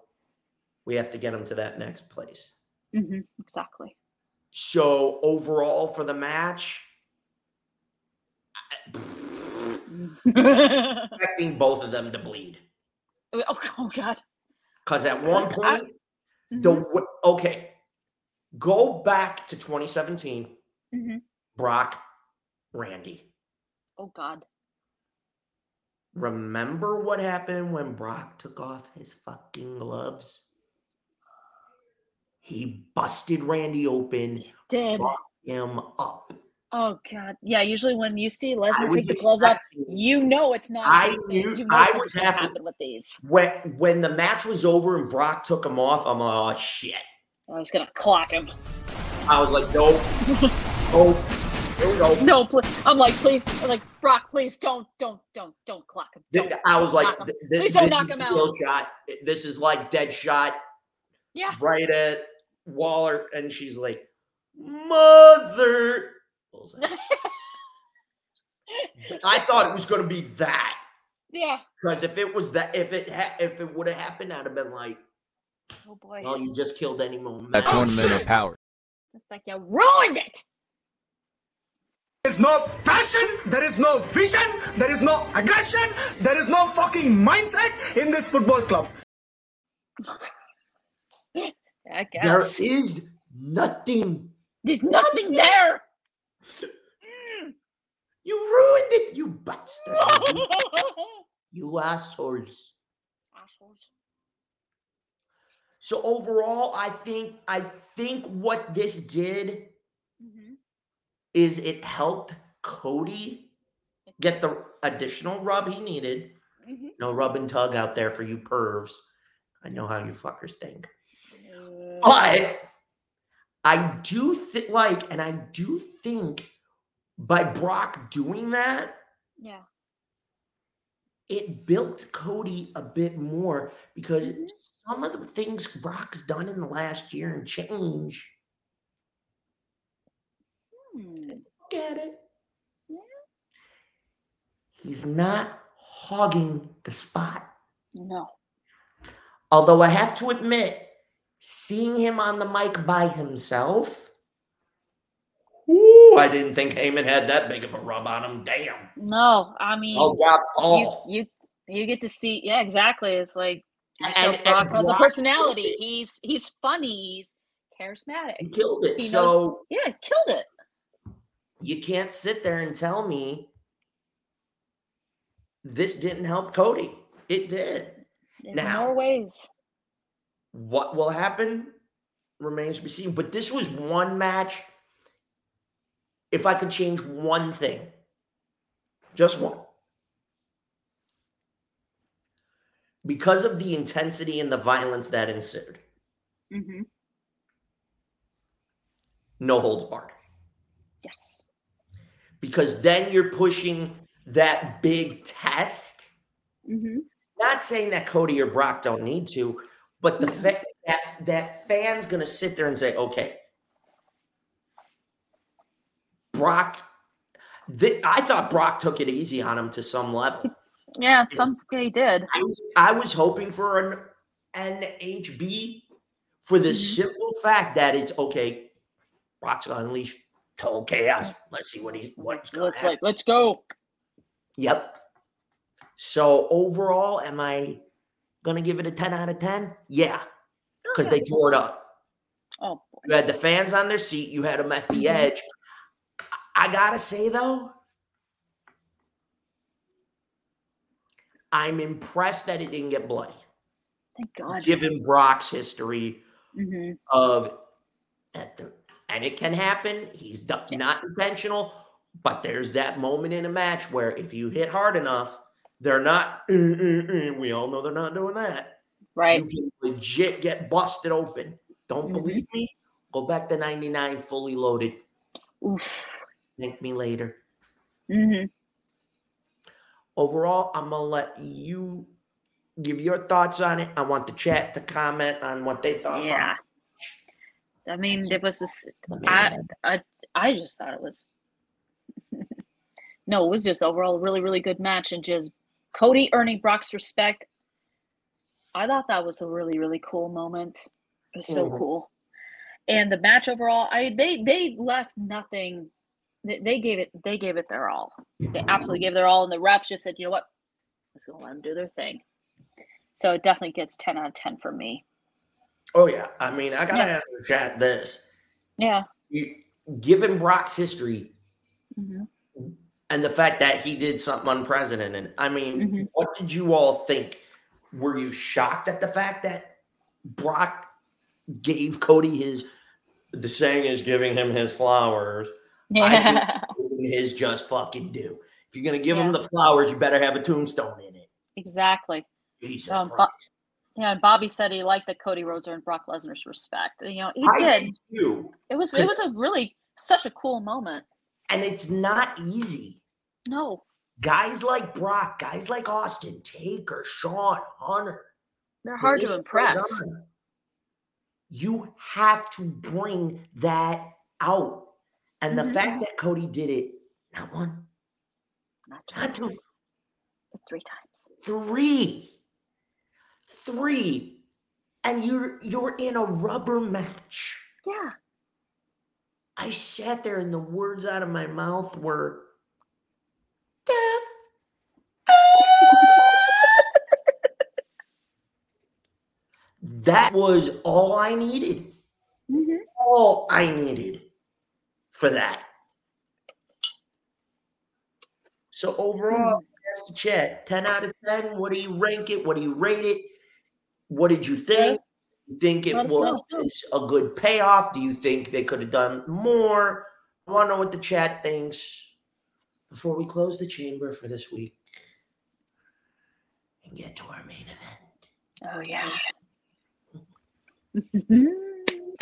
Speaker 5: we have to get him to that next place.
Speaker 4: hmm Exactly.
Speaker 5: So overall for the match,
Speaker 4: oh,
Speaker 5: expecting both of them to bleed.
Speaker 4: oh God. Mm-hmm.
Speaker 5: Because at one
Speaker 4: Because I-
Speaker 5: point, the w- okay, go back to 2017,
Speaker 4: hmm
Speaker 5: Brock, Randy.
Speaker 4: Oh God.
Speaker 5: Remember what happened when Brock took off his fucking gloves? He busted Randy open,
Speaker 4: Did.
Speaker 5: fucked him up.
Speaker 4: Oh God. Yeah. Usually when you see
Speaker 5: I
Speaker 4: Lesnar
Speaker 5: was
Speaker 4: take the gloves off,
Speaker 5: expecting-
Speaker 4: you know it's not. a
Speaker 5: I
Speaker 4: good thing.
Speaker 5: knew-
Speaker 4: You know
Speaker 5: I
Speaker 4: something's
Speaker 5: was
Speaker 4: gonna
Speaker 5: happy.
Speaker 4: happen with these.
Speaker 5: When when the match was over and Brock took him off, I'm like, oh shit.
Speaker 4: I was gonna clock him.
Speaker 5: I was like, nope, nope, here we go.
Speaker 4: No, please. I'm like, please, I'm like Brock, please don't, don't, don't, don't clock him.
Speaker 5: Th-
Speaker 4: Don't,
Speaker 5: I was
Speaker 4: don't
Speaker 5: like,
Speaker 4: knock him.
Speaker 5: th-
Speaker 4: Uh-uh.
Speaker 5: this,
Speaker 4: please
Speaker 5: this
Speaker 4: don't
Speaker 5: is
Speaker 4: knock him out.
Speaker 5: heel shot. This is like dead shot
Speaker 4: Yeah,
Speaker 5: right at Waller, and she's like, mother. Bullseye. I thought it was going to be that
Speaker 4: yeah.
Speaker 5: because if it was that, if it ha- if it would have happened, I'd have been like,
Speaker 4: Oh boy,
Speaker 5: well, you just killed any moment.
Speaker 15: That tournament of power.
Speaker 4: it's like you ruined it.
Speaker 6: Is is no passion, there is no vision, there is no aggression, there is no fucking mindset in this football club.
Speaker 4: I
Speaker 5: There
Speaker 4: guess.
Speaker 5: is nothing.
Speaker 4: There's nothing there.
Speaker 5: You ruined it, you bastard. Mm-hmm. you assholes. So overall, I think I think what this did
Speaker 4: Mm-hmm.
Speaker 5: is it helped Cody get the additional rub he needed.
Speaker 4: Mm-hmm.
Speaker 5: No rub and tug out there for you pervs. I know how you fuckers think.
Speaker 4: Oh,
Speaker 5: But I do think like, and I do think by Brock doing that,
Speaker 4: Yeah.
Speaker 5: it built Cody a bit more because some of the things Brock's done in the last year and change.
Speaker 4: Hmm.
Speaker 5: Get it. He's not hogging the spot.
Speaker 4: No.
Speaker 5: Although I have to admit, seeing him on the mic by himself, ooh, I didn't think Heyman had that big of a rub on him. Damn.
Speaker 4: No, I mean,
Speaker 5: Oh, God,
Speaker 4: you,
Speaker 5: Paul.
Speaker 4: you you get to see. Yeah, exactly. It's like you
Speaker 5: And-
Speaker 4: show
Speaker 5: and
Speaker 4: Brock has a
Speaker 5: Brock
Speaker 4: personality. He's he's funny. He's charismatic.
Speaker 5: He killed it.
Speaker 4: He knows-
Speaker 5: so
Speaker 4: yeah, killed it.
Speaker 5: you can't sit there and tell me this didn't help Cody. It did.
Speaker 4: In
Speaker 5: Now-
Speaker 4: more ways.
Speaker 5: What will happen remains to be seen. But this was one match. If I could change one thing, just one. Because of the intensity and the violence that ensued,
Speaker 4: Mm-hmm.
Speaker 5: no holds barred.
Speaker 4: Yes.
Speaker 5: Because then you're pushing that big test.
Speaker 4: Mm-hmm.
Speaker 5: Not saying that Cody or Brock don't need to, but the fa- that that fan's gonna sit there and say, okay, Brock. thi- I thought Brock took it easy on him to some level.
Speaker 4: Yeah, it's some he did.
Speaker 5: I was, I was hoping for an NHB for the simple fact that it's okay. Brock's gonna unleash total chaos. Let's see what he's what's going
Speaker 4: Let's like let's go.
Speaker 5: Yep. So overall, am I gonna give it a 10 out of 10? Yeah. Because they tore it up.
Speaker 4: Oh,
Speaker 5: You had the fans on their seat, you had them at the edge. I gotta say though, I'm impressed that it didn't get bloody,
Speaker 4: thank God.
Speaker 5: given Brock's history
Speaker 4: Mm-hmm.
Speaker 5: of at the and it can happen. He's d- not intentional, but there's that moment in a match where if you hit hard enough, they're not. "Uh, uh, uh," we all know they're not doing that.
Speaker 4: Right. Mm-hmm.
Speaker 5: You can legit get busted open. Don't believe me? Go back to 99 fully loaded. Thank me later.
Speaker 4: Mm-hmm.
Speaker 5: Overall, I'm going to let you give your thoughts on it. I want the chat to comment on what they thought. about
Speaker 4: Yeah.
Speaker 5: it.
Speaker 4: I mean, it was this. I, I, I just thought it was. no, it was just overall a really, really good match, and just Cody earning Brock's respect. I thought that was a really, really cool moment. It was so
Speaker 21: Mhm.
Speaker 4: cool, and the match overall, I they they left nothing. They, they gave it. They gave it their all. They absolutely gave their all, and the refs just said, "You know what? I'm just gonna let them do their thing." So it definitely gets ten out of ten for me.
Speaker 5: Oh, yeah. I mean, I got to
Speaker 4: Yeah.
Speaker 5: ask the chat this.
Speaker 4: Yeah.
Speaker 5: You, given Brock's history
Speaker 4: hmm
Speaker 5: and the fact that he did something unprecedented, I mean, what did you all think? Were you shocked at the fact that Brock gave Cody his, the saying is giving him his flowers? I think Cody is just fucking due. If you're going to give him the flowers, you better have a tombstone in it.
Speaker 4: Exactly.
Speaker 5: Jesus
Speaker 4: Um, Bo-
Speaker 5: Christ.
Speaker 4: yeah, and Bobby said he liked that Cody Rhodes earned Brock Lesnar's respect. You know, he
Speaker 5: I
Speaker 4: did.
Speaker 5: did too.
Speaker 4: It was it
Speaker 5: 'cause-
Speaker 4: was a really such a cool moment.
Speaker 5: And it's not easy.
Speaker 4: No,
Speaker 5: Guys like Brock, guys like Austin, Taker, Sean, Hunter,
Speaker 4: they're
Speaker 5: The
Speaker 4: hard to
Speaker 5: list goes
Speaker 4: impress.
Speaker 5: on. You have to bring that out. And the
Speaker 4: Mm-hmm.
Speaker 5: fact that Cody did it not one,
Speaker 4: not,
Speaker 5: two,
Speaker 4: three times.
Speaker 5: Three. Three. And you're you're in a rubber match.
Speaker 4: Yeah.
Speaker 5: I sat there and the words out of my mouth were death. that was all I needed.
Speaker 4: Mhm.
Speaker 5: All I needed for that. So overall, that's the chat. 10 out of 10. What do you rank it? What do you rate it? What did you think? You think it
Speaker 4: Let us know.
Speaker 5: was a good payoff? Do you think they could have done more? I want to know what the chat thinks before we close the chamber for this week and get to our main event.
Speaker 4: Oh yeah. Mm-hmm.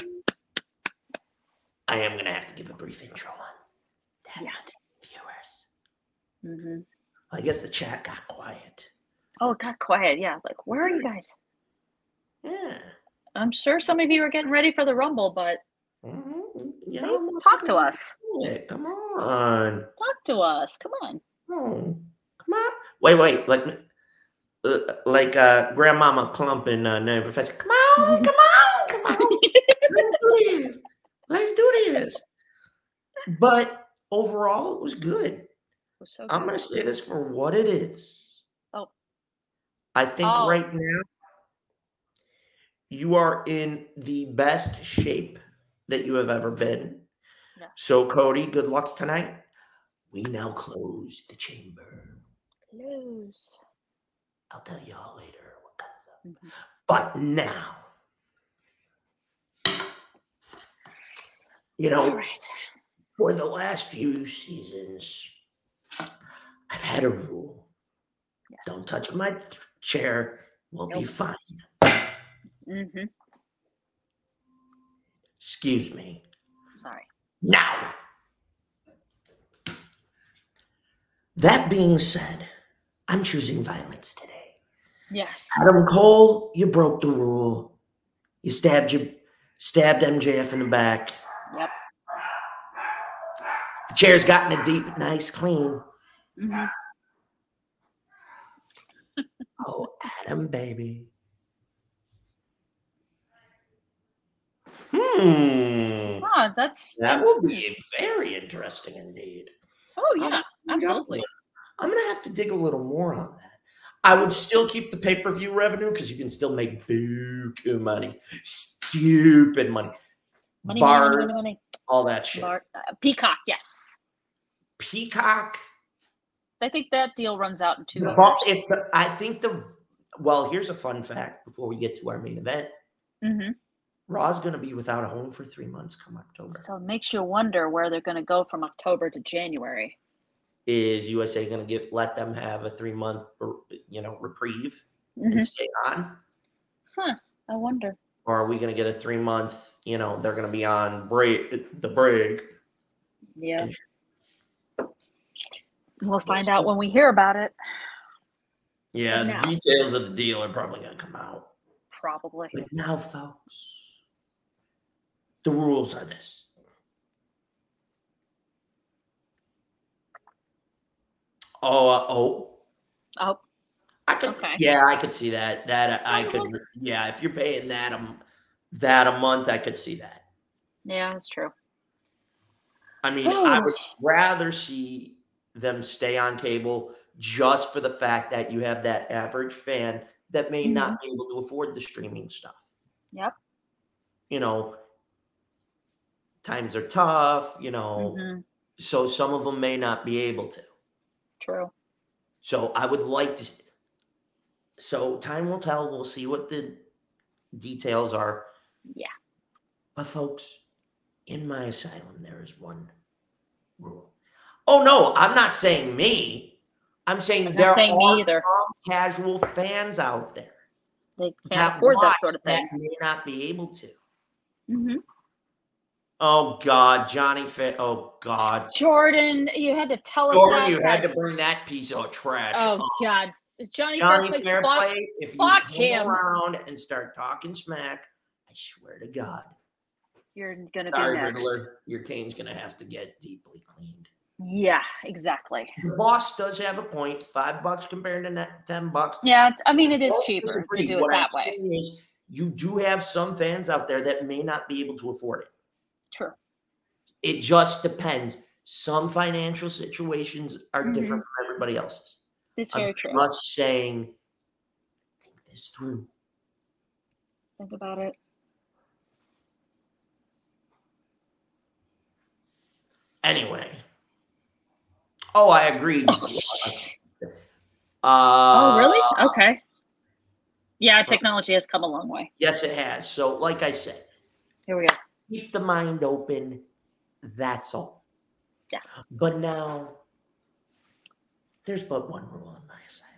Speaker 5: I am going to have to give a brief intro on.
Speaker 4: Yeah. Viewers. hmm
Speaker 5: I guess the chat got quiet.
Speaker 4: Oh, it got quiet. Yeah. I was Like, where are you guys?
Speaker 5: Yeah.
Speaker 4: I'm sure some of you are getting ready for the rumble, but
Speaker 5: Mm-hmm. Yeah,
Speaker 4: say- talk to us.
Speaker 5: Yeah, come on.
Speaker 4: Talk to us. Come on.
Speaker 5: Oh, come on. Wait, wait. Like, uh, like uh, Grandmama Clump and uh, Nanny Professor. Come on, come on, come on. Let's do this. Let's do this. But overall, it was good.
Speaker 4: We're so
Speaker 5: I'm going to say this for what it is.
Speaker 4: Oh.
Speaker 5: I think
Speaker 4: Oh.
Speaker 5: right now you are in the best shape that you have ever been.
Speaker 4: Yeah.
Speaker 5: So, Cody, good luck tonight. We now close the chamber.
Speaker 4: Lose.
Speaker 5: I'll tell y'all later what comes up. But now, you know,
Speaker 4: All right.
Speaker 5: for the last few seasons, I've had a rule don't touch my th- chair, we'll be fine.
Speaker 4: Mm-hmm.
Speaker 5: Excuse me.
Speaker 4: Sorry.
Speaker 5: Now, that being said, I'm choosing violence today.
Speaker 4: Yes.
Speaker 5: Adam Cole, you broke the rule. You stabbed you stabbed MJF in the back.
Speaker 4: Yep.
Speaker 5: The chair's gotten a deep, nice clean.
Speaker 4: Mhm.
Speaker 5: Oh, Adam, baby. Hmm.
Speaker 4: Ah, that's
Speaker 5: That will be very interesting indeed.
Speaker 4: Oh yeah, absolutely.
Speaker 5: I'm gonna have to dig a little more on that. I would still keep the pay per view revenue because you can still make buku money, stupid money,
Speaker 4: Money, money,
Speaker 5: bars,
Speaker 4: money, money, money.
Speaker 5: all that shit.
Speaker 4: Bar- uh, Peacock, yes.
Speaker 5: Peacock.
Speaker 4: I think that deal runs out in two
Speaker 5: The bar-
Speaker 4: hours.
Speaker 5: if the- I think the well, here's a fun fact before we get to our main event.
Speaker 4: hmm
Speaker 5: Raw's gonna be without a home for three months come October.
Speaker 4: So it makes you wonder where they're going to go from October to January.
Speaker 5: Is USA gonna get let them have a three month, you know, reprieve
Speaker 4: Mhm.
Speaker 5: and stay on?
Speaker 4: Huh. I wonder.
Speaker 5: or are we going to get a three month? You know, they're going to be on break the break.
Speaker 4: Yeah.
Speaker 5: And-
Speaker 4: We'll find out when we hear about it.
Speaker 5: Yeah,
Speaker 4: Now.
Speaker 5: the details of the deal are probably going to come out.
Speaker 4: Probably.
Speaker 5: But now, folks, the rules are this: oh, uh, oh,
Speaker 4: Oh.
Speaker 5: I could,
Speaker 4: Okay.
Speaker 5: yeah, I could see that. That uh, I could, yeah, if you're paying that a m- that a month, I could see that.
Speaker 4: Yeah, that's true.
Speaker 5: I mean, I
Speaker 4: Oh.
Speaker 5: would rather see them stay on cable just for the fact that you have that average fan that may not be able to afford the streaming stuff.
Speaker 4: Yep.
Speaker 5: You know, times are tough, you know,
Speaker 4: Mhm.
Speaker 5: so some of them may not be able to.
Speaker 4: True.
Speaker 5: So I would like to. s- So time will tell. We'll see what the details are.
Speaker 4: Yeah.
Speaker 5: But folks, in my asylum there is one rule. Oh no, I'm not saying me. I'm saying
Speaker 4: not
Speaker 5: there
Speaker 4: saying me
Speaker 5: are
Speaker 4: either.
Speaker 5: some casual fans out there
Speaker 4: They can't
Speaker 5: that
Speaker 4: afford
Speaker 5: watch
Speaker 4: that sort of thing.
Speaker 5: may not be able to.
Speaker 4: hmm
Speaker 5: Oh God, Johnny Fit. Oh God,
Speaker 4: Jordan, you had to tell us
Speaker 5: Jordan,
Speaker 4: that.
Speaker 5: you had to burn that piece of trash.
Speaker 4: Oh,
Speaker 5: up.
Speaker 4: God. Is Johnny,
Speaker 5: Johnny
Speaker 4: Fairplay-
Speaker 5: Fairplay,
Speaker 4: fuck-
Speaker 5: if you
Speaker 4: fuck
Speaker 5: come
Speaker 4: him.
Speaker 5: around and start talking smack, I swear to God,
Speaker 4: You're going to be
Speaker 5: sorry,
Speaker 4: next.
Speaker 5: Riddler, your cane's gonna have to get deeply cleaned.
Speaker 4: Yeah, exactly.
Speaker 5: The boss does have a point. Five bucks compared to net- ten bucks.
Speaker 4: Yeah, it's- I mean, it is
Speaker 5: Don't
Speaker 4: cheaper to
Speaker 5: disagree.
Speaker 4: do it
Speaker 5: What I'm
Speaker 4: that way.
Speaker 5: saying is you do have some fans out there that may not be able to afford it.
Speaker 4: True.
Speaker 5: It just depends. Some financial situations are
Speaker 4: Mhm.
Speaker 5: different from everybody else's.
Speaker 4: It's
Speaker 5: I'm
Speaker 4: very true.
Speaker 5: Just saying, think this through.
Speaker 4: Think about it.
Speaker 5: Anyway. Oh, I agreed.
Speaker 4: oh,
Speaker 5: Uh,
Speaker 4: really? Okay. Yeah, technology has come a long way.
Speaker 5: Yes, it has. So, like I said,
Speaker 4: Here we go.
Speaker 5: keep the mind open. That's all.
Speaker 4: Yeah.
Speaker 5: But now, there's but one rule in my asylum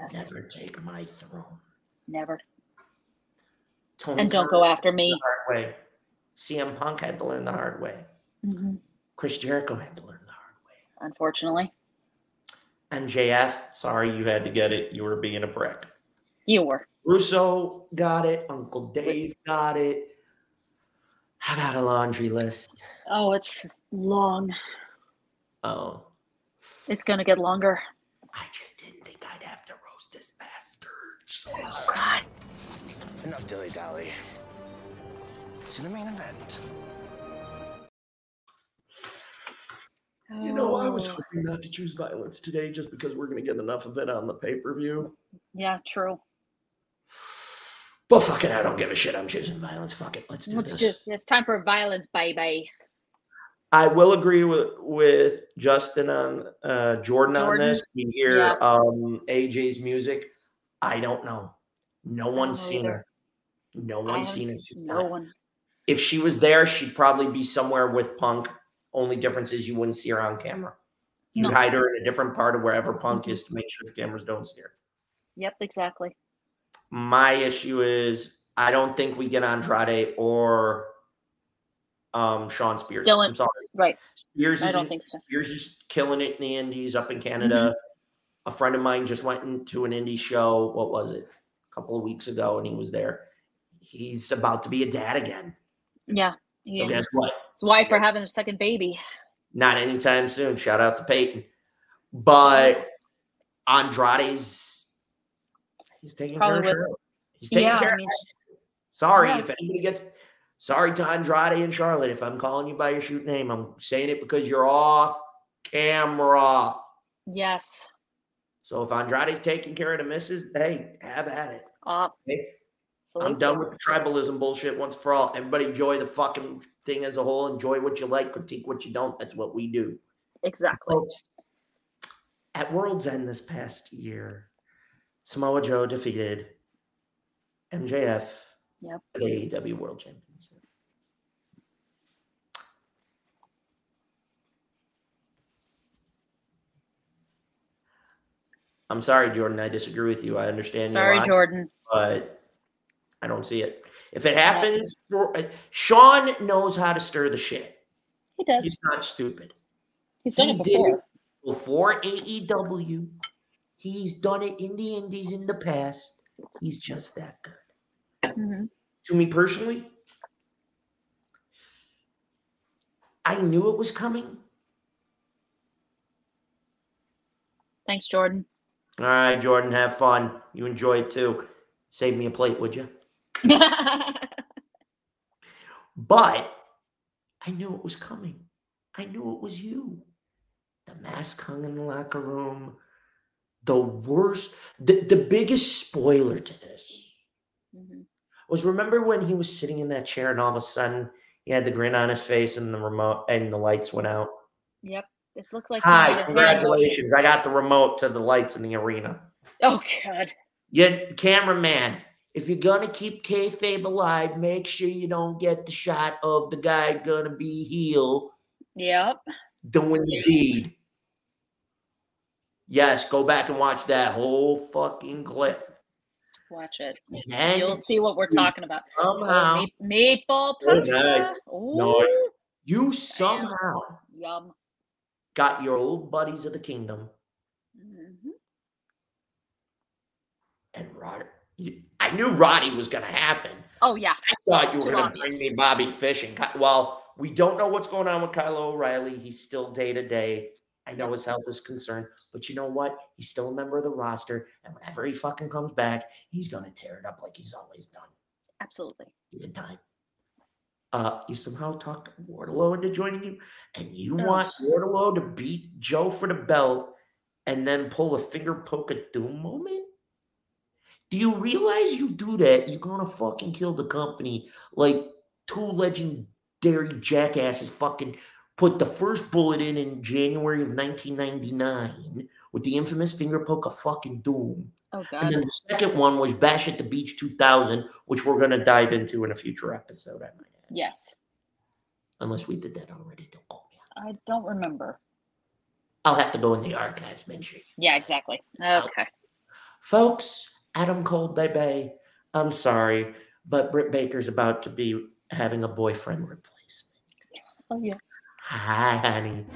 Speaker 4: Yes.
Speaker 5: never take my throne.
Speaker 4: Never.
Speaker 5: Tony
Speaker 4: And don't
Speaker 5: Khan
Speaker 4: go
Speaker 5: had to
Speaker 4: after
Speaker 5: learn
Speaker 4: me.
Speaker 5: The hard way. CM Punk had to learn the hard way.
Speaker 4: Mhm.
Speaker 5: Chris Jericho had to learn the hard
Speaker 4: Unfortunately,
Speaker 5: way. MJF, sorry you had to get it. You were being a prick.
Speaker 4: you were.
Speaker 5: Russo got it. Uncle Dave got it. I got a laundry list.
Speaker 4: Oh, it's long.
Speaker 5: Oh.
Speaker 4: It's gonna get longer.
Speaker 5: I just didn't think I'd have to roast this bastard.
Speaker 20: God. Enough dilly dally. To the main event.
Speaker 5: You know, I
Speaker 4: Oh,
Speaker 5: was hoping not to choose violence today just because we're going to get enough of it on the pay per view.
Speaker 4: Yeah, true.
Speaker 5: But fuck it, I don't give a shit. I'm choosing violence. Fuck it. Let's do
Speaker 4: Let's
Speaker 5: this.
Speaker 4: do. It's time for violence, baby.
Speaker 5: I will agree with with Justin on uh, Jordan, on
Speaker 4: Jordan,
Speaker 5: this. We hear
Speaker 4: yeah.
Speaker 5: um, AJ's music. I don't know. No one's
Speaker 4: know
Speaker 5: seen
Speaker 4: either.
Speaker 5: her. No
Speaker 4: I
Speaker 5: one's
Speaker 4: haven't
Speaker 5: seen her.
Speaker 4: s- No one.
Speaker 5: If she was there, she'd probably be somewhere with Punk. Only difference is you wouldn't see her on camera. You'd
Speaker 4: No. Mm-hmm.
Speaker 5: hide her in a different part of wherever Punk is to make sure the cameras don't see her.
Speaker 4: Yep, exactly.
Speaker 5: My issue is I don't think we get Andrade or um, Sean Spears.
Speaker 4: Dylan.
Speaker 5: I'm sorry.
Speaker 4: Right.
Speaker 5: Spears
Speaker 4: I
Speaker 5: is
Speaker 4: don't
Speaker 5: in-
Speaker 4: think so.
Speaker 5: Spears is killing it in the Indies up in Canada.
Speaker 4: Mm-hmm.
Speaker 5: A friend of mine just went into an indie show. What was it? A couple of weeks ago, and he was there. He's about to be a dad again.
Speaker 4: Yeah. yeah.
Speaker 5: So guess what?
Speaker 4: His wife are having a second baby.
Speaker 5: Not anytime soon. Shout out to Peyton. But Andrade's he's taking care
Speaker 4: probably
Speaker 5: of
Speaker 4: with-
Speaker 5: Charlotte. He's taking
Speaker 4: Yeah, I
Speaker 5: care
Speaker 4: mean,
Speaker 5: of Charlotte. Sorry
Speaker 4: Yeah.
Speaker 5: if anybody gets sorry to Andrade and Charlotte. If I'm calling you by your shoot name, I'm saying it because you're off camera.
Speaker 4: Yes.
Speaker 5: So if Andrade's taking care of the misses, hey, have at it.
Speaker 4: Uh,
Speaker 5: okay? I'm
Speaker 4: salute.
Speaker 5: done with the tribalism bullshit once for all. Everybody enjoy the fucking thing as a whole. Enjoy what you like, critique what you don't. That's what we do.
Speaker 4: Exactly.
Speaker 5: Folks, at World's End this past year, Samoa Joe defeated MJF,
Speaker 4: Yep.
Speaker 5: for the AEW World Championship. I'm sorry, Jordan. I disagree with you. I understand. your
Speaker 4: Sorry,
Speaker 5: logic,
Speaker 4: Jordan.
Speaker 5: But I don't see it. If it happens, for- Sean knows how to stir the shit.
Speaker 4: He does.
Speaker 5: He's not stupid.
Speaker 4: He's done
Speaker 5: He
Speaker 4: it
Speaker 5: did
Speaker 4: before.
Speaker 5: before AEW. He's done it in the Indies in the past. He's just that good.
Speaker 4: Mhm.
Speaker 5: To me personally, I knew it was coming.
Speaker 4: Thanks, Jordan.
Speaker 5: All right, Jordan, have fun. You enjoy it too. Save me a plate, would you?
Speaker 4: Mm-hmm.
Speaker 5: but I knew it was coming. I knew it was you. The mask hung in the locker room. The worst, the, the biggest spoiler to this was remember when he was sitting in that chair and all of a sudden he had the grin on his face and the remote and the lights went out.
Speaker 4: Yep. It looks like. he made a
Speaker 5: Hi,
Speaker 4: hand
Speaker 5: congratulations. I got the remote to the lights in the arena.
Speaker 4: motion. Oh God.
Speaker 5: Yeah, cameraman. If you're gonna keep kayfabe alive, make sure you don't get the shot of the guy gonna be heel
Speaker 4: Yep.
Speaker 5: doing the deed. Yes, go back and watch that whole fucking clip.
Speaker 4: Watch it.
Speaker 5: then
Speaker 4: You'll see what we're talking about. Oh,
Speaker 5: somehow- Oh,
Speaker 4: meat- meatball
Speaker 5: Good
Speaker 4: pasta.
Speaker 5: night.
Speaker 4: Ooh,
Speaker 5: No, you somehow
Speaker 4: Yum.
Speaker 5: got your old buddies of the kingdom
Speaker 4: Mhm.
Speaker 5: and Roddy. you- I knew Roddy was gonna happen.
Speaker 4: Oh yeah.
Speaker 5: I thought
Speaker 4: It's
Speaker 5: you were
Speaker 4: too
Speaker 5: going to
Speaker 4: obvious.
Speaker 5: bring me Bobby Fish and Ky- well, we don't know what's going on with Kyle O'Reilly. He's still day to day. I know his health is concerned, but you know what? He's still a member of the roster, and whenever he fucking comes back, he's going to tear it up like he's always done.
Speaker 4: Absolutely.
Speaker 5: Give it time. Uh, you somehow talked Wardlow into joining you, and you want Wardlow to beat Joe for the belt and then pull a finger poke at Doom moment? Do you realize you do that, you're gonna fucking kill the company like two legendary jackasses fucking put the first bullet in in January of 1999 with the infamous finger poke of fucking Doom.
Speaker 4: Oh
Speaker 5: And
Speaker 4: god.
Speaker 5: then the second one was Bash at the Beach 2000, which we're going to dive into in a future episode, I might-
Speaker 4: Yes.
Speaker 5: unless we did that already. Don't call me.
Speaker 4: I don't remember.
Speaker 5: I'll have to go in the archives, make sure.
Speaker 4: Yeah, exactly. Okay.
Speaker 5: Folks, Adam Cole, baby, I'm sorry, but Britt Baker's about to be having a boyfriend replacement.
Speaker 4: Oh yes.
Speaker 5: Hi, honey.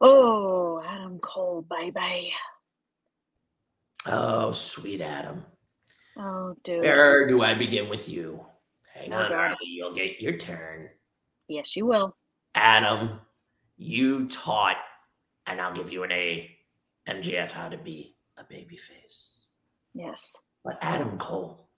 Speaker 4: Oh, Adam Cole, bye bye.
Speaker 5: Oh, sweet Adam.
Speaker 4: Oh dude.
Speaker 5: Where do I begin with you? Hang
Speaker 4: Oh,
Speaker 5: on,
Speaker 4: God.
Speaker 5: Harley, you'll get your turn.
Speaker 4: Yes, you will.
Speaker 5: Adam, you taught, and I'll give you an A, MJF how to be a babyface.
Speaker 4: Yes.
Speaker 5: But Adam Cole,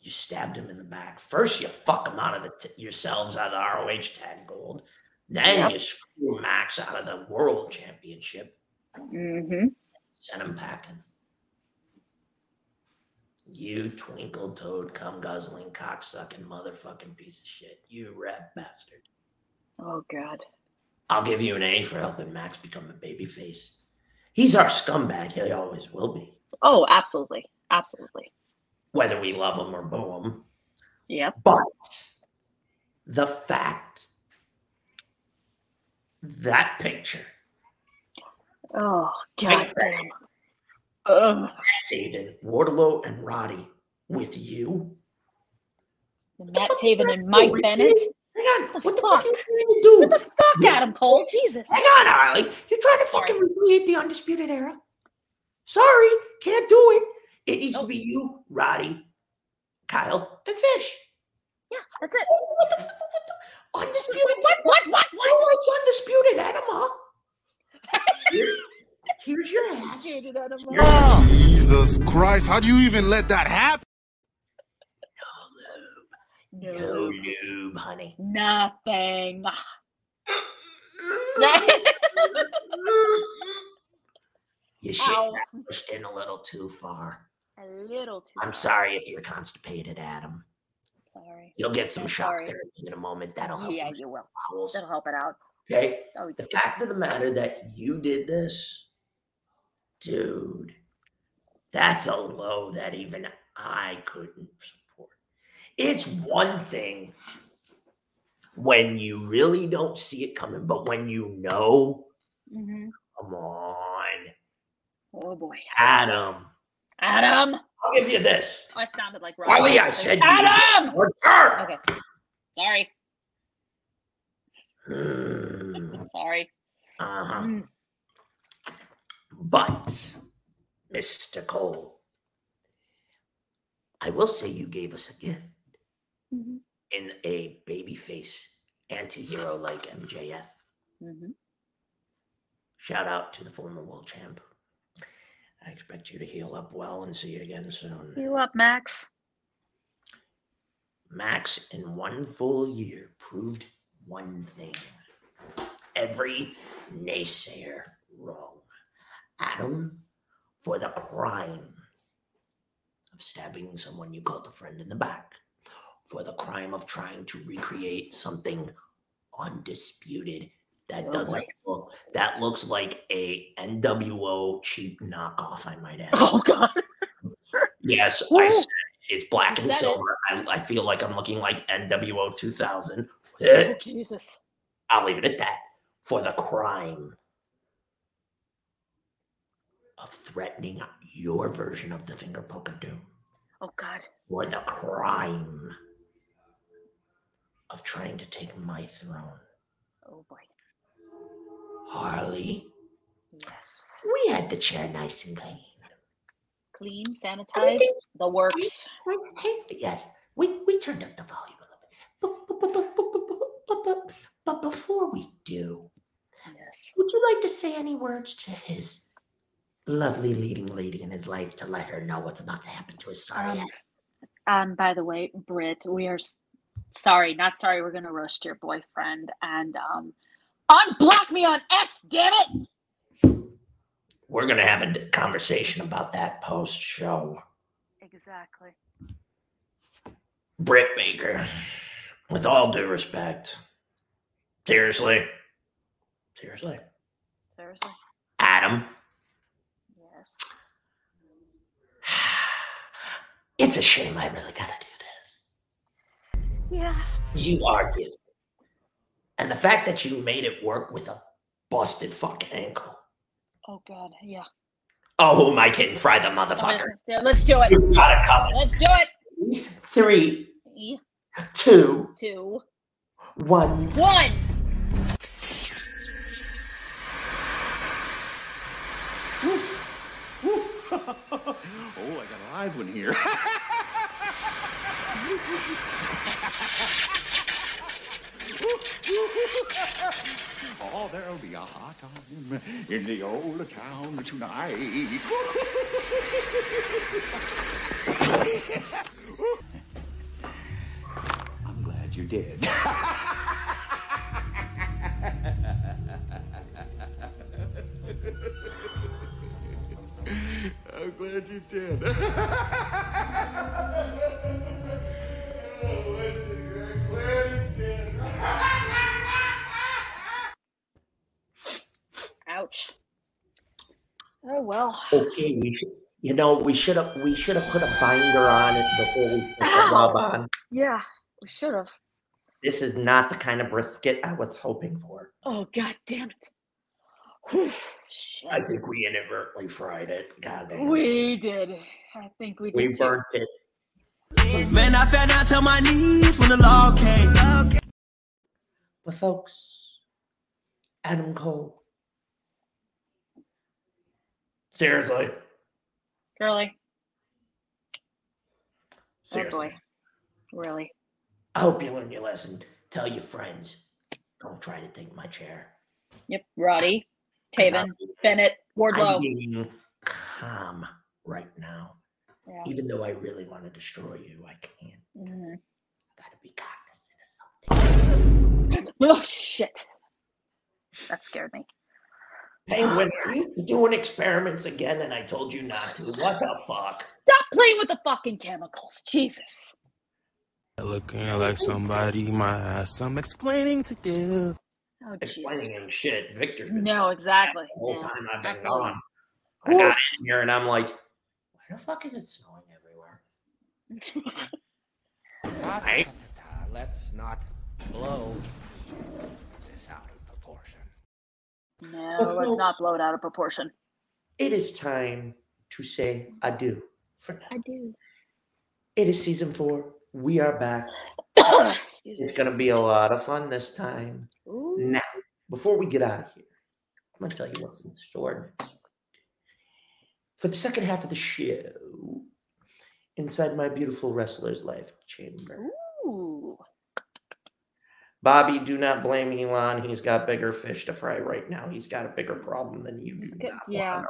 Speaker 5: you stabbed him in the back. First, you fuck him out of the t- yourselves out of the ROH tag gold. Then
Speaker 4: Yep.
Speaker 5: you screw Max out of the world championship.
Speaker 4: Mm-hmm.
Speaker 5: Send him packing. You twinkle toed, cum guzzling, cocksucking, motherfucking piece of shit. You rat bastard.
Speaker 4: Oh god.
Speaker 5: I'll give you an A for helping Max become a babyface. He's our scumbag. He always will be,
Speaker 4: Oh, absolutely. Absolutely.
Speaker 5: whether we love him or boo him.
Speaker 4: Yep.
Speaker 5: But the fact that picture,
Speaker 4: Oh god damn. Ugh.
Speaker 5: Taven, Wardlow, and Roddy with you.
Speaker 4: Matt Taven and Mike
Speaker 5: doing?
Speaker 4: Bennett.
Speaker 5: Hang on, what the
Speaker 4: fuck?
Speaker 5: fuck are you trying to do?
Speaker 4: What the fuck, Adam Cole? Jesus.
Speaker 5: Hang on, Harley. You're trying to fucking recreate the Undisputed Era. Sorry, can't do it. It needs to be
Speaker 4: Oh.
Speaker 5: you, Roddy, Kyle, and Fish.
Speaker 4: Yeah, that's it.
Speaker 5: What the fuck? What, the, undisputed?
Speaker 4: What, what, what, what?
Speaker 5: Who likes undisputed enema? Here's your ass.
Speaker 8: Jesus Christ, how do you even let that happen?
Speaker 5: No lube, honey.
Speaker 4: Nothing.
Speaker 5: You shit
Speaker 4: Ow.
Speaker 5: got pushed in a little too far.
Speaker 4: A little too.
Speaker 5: I'm sorry if you're constipated, Adam.
Speaker 4: Sorry.
Speaker 5: You'll get some
Speaker 4: I'm
Speaker 5: shock
Speaker 4: sorry.
Speaker 5: therapy in a moment. That'll help.
Speaker 4: Yeah,
Speaker 5: you.
Speaker 4: you will.
Speaker 5: Bowels.
Speaker 4: That'll help it out. Oh,
Speaker 5: Okay.
Speaker 4: That was
Speaker 5: The fact of the matter that you did this, dude, that's a low that even I couldn't support. It's one thing when you really don't see it coming, but when you know,
Speaker 4: Mm-hmm.
Speaker 5: come on,
Speaker 4: Oh boy,
Speaker 5: Adam.
Speaker 4: Adam.
Speaker 5: I'll give you this.
Speaker 4: Oh, I sounded like Rob.
Speaker 5: Wally, I
Speaker 4: Like,
Speaker 5: said you would get
Speaker 4: Adam.
Speaker 5: one turn.
Speaker 4: Okay. Sorry.
Speaker 5: Mm,
Speaker 4: Sorry.
Speaker 5: uh-huh.
Speaker 4: Mm.
Speaker 5: But, Mr. Cole, I will say you gave us a gift
Speaker 4: Mhm.
Speaker 5: in a babyface anti hero like MJF.
Speaker 4: Mhm.
Speaker 5: Shout out to the former world champ. I expect you to heal up well and see you again soon.
Speaker 4: You up, Max?
Speaker 5: Max, in one full year, proved one thing every naysayer wrong. Adam, for the crime of stabbing someone you called a friend in the back, for the crime of trying to recreate something undisputed that
Speaker 4: Oh,
Speaker 5: doesn't look that looks like a NWO cheap knockoff, I might add.
Speaker 4: Oh God.
Speaker 5: Uh, Yes, I
Speaker 4: Whoa.
Speaker 5: said it's black
Speaker 4: You
Speaker 5: and
Speaker 4: said it.
Speaker 5: silver. I, I feel like I'm looking like NWO 2000.
Speaker 4: Oh Jesus.
Speaker 5: Eh, I'll leave it at that. For the crime of threatening your version of the finger poke of doom,
Speaker 4: Oh God.
Speaker 5: or the crime of trying to take my throne.
Speaker 4: Oh boy.
Speaker 5: Harley,
Speaker 4: Yes.
Speaker 5: we had the chair nice and clean.
Speaker 4: Clean, sanitized, the works.
Speaker 5: Yes, we, we turned up the volume a little bit. Boop, boop, boop, boop, boop, boop, boop, boop, boop,
Speaker 10: But before we do,
Speaker 4: yes.
Speaker 10: would you like to say any words to his lovely leading lady in his life to let her know what's about to happen to his sorry
Speaker 4: Um,
Speaker 10: ass?
Speaker 4: Um, by the way, Britt, we are s- sorry, not sorry. We're gonna roast your boyfriend and um, unblock me on X. Damn it!
Speaker 5: We're going to have a d- conversation about that post show.
Speaker 4: Exactly.
Speaker 5: Britt Baker, with all due respect, seriously, seriously,
Speaker 4: Seriously.
Speaker 5: Adam,
Speaker 4: Yes.
Speaker 5: it's a shame I really got to do
Speaker 4: Yeah.
Speaker 5: this. You are gifted. And the fact that you made it work with a busted fucking ankle.
Speaker 4: Oh God. Yeah.
Speaker 5: Oh, who am I kidding? Fry the
Speaker 4: I'm
Speaker 5: motherfucker.
Speaker 4: gonna- yeah, Let's do it.
Speaker 5: You've got to come.
Speaker 4: Let's do it.
Speaker 5: Three,
Speaker 4: Three,
Speaker 5: two,
Speaker 4: two,
Speaker 5: one.
Speaker 4: one.
Speaker 11: Oh, I got a live one here. oh, there'll be a hot time in the old town tonight. I'm glad you're dead. I'm glad you did.
Speaker 4: Ouch. Oh well.
Speaker 5: Okay, we should, you know, we should have we should have put a binder on it before we put the rub on.
Speaker 4: Yeah, we should have.
Speaker 5: This is not the kind of brisket I was hoping for.
Speaker 4: Oh God damn it. Whew, shit.
Speaker 5: I think we inadvertently fried it. God damn. it.
Speaker 4: We did. I think we did.
Speaker 5: we
Speaker 4: too.
Speaker 5: burnt it.
Speaker 12: Man, I fell down to my knees when the law came.
Speaker 5: But folks, Adam Cole. Seriously.
Speaker 4: Oh, Girly.
Speaker 5: Seriously.
Speaker 4: Oh boy. Really.
Speaker 5: I hope you learned your lesson. Tell your friends. Don't try to take my chair.
Speaker 4: Yep. Roddy, Taven, Bennett,
Speaker 5: I'm
Speaker 4: Wardlow.
Speaker 5: being calm right now.
Speaker 4: Yeah.
Speaker 5: Even though I really want to destroy you, I can't.
Speaker 4: Mhm. Oh shit. That scared me.
Speaker 5: Penguin, are you doing experiments again? And I told you not to. What the fuck?
Speaker 4: Stop playing with the fucking chemicals. Jesus.
Speaker 12: Looking like somebody might have some explaining to do.
Speaker 4: Oh jeez.
Speaker 5: Explaining him shit. Victor, the
Speaker 4: No, exactly.
Speaker 5: whole
Speaker 4: Yeah.
Speaker 5: time I've been
Speaker 4: Absolutely.
Speaker 5: gone, I got in here and I'm like, where the fuck is it snowing everywhere? I
Speaker 20: Let's not blow this out of proportion.
Speaker 4: No,
Speaker 5: But
Speaker 4: let's
Speaker 5: folks-
Speaker 4: not blow it out of proportion.
Speaker 5: It is time to say adieu for now.
Speaker 4: I do.
Speaker 5: It is season four. We are back.
Speaker 4: Excuse me.
Speaker 5: It's going to be a lot of fun this time.
Speaker 4: Ooh.
Speaker 5: Now, before we get out of here, I'm going to tell you what's in store next week. For the second half of the show, inside my beautiful wrestler's life chamber,
Speaker 4: Ooh.
Speaker 5: Bobby, do not blame Elon. He's got bigger fish to fry right now. He's got a bigger problem than you do.
Speaker 4: Good- Yeah.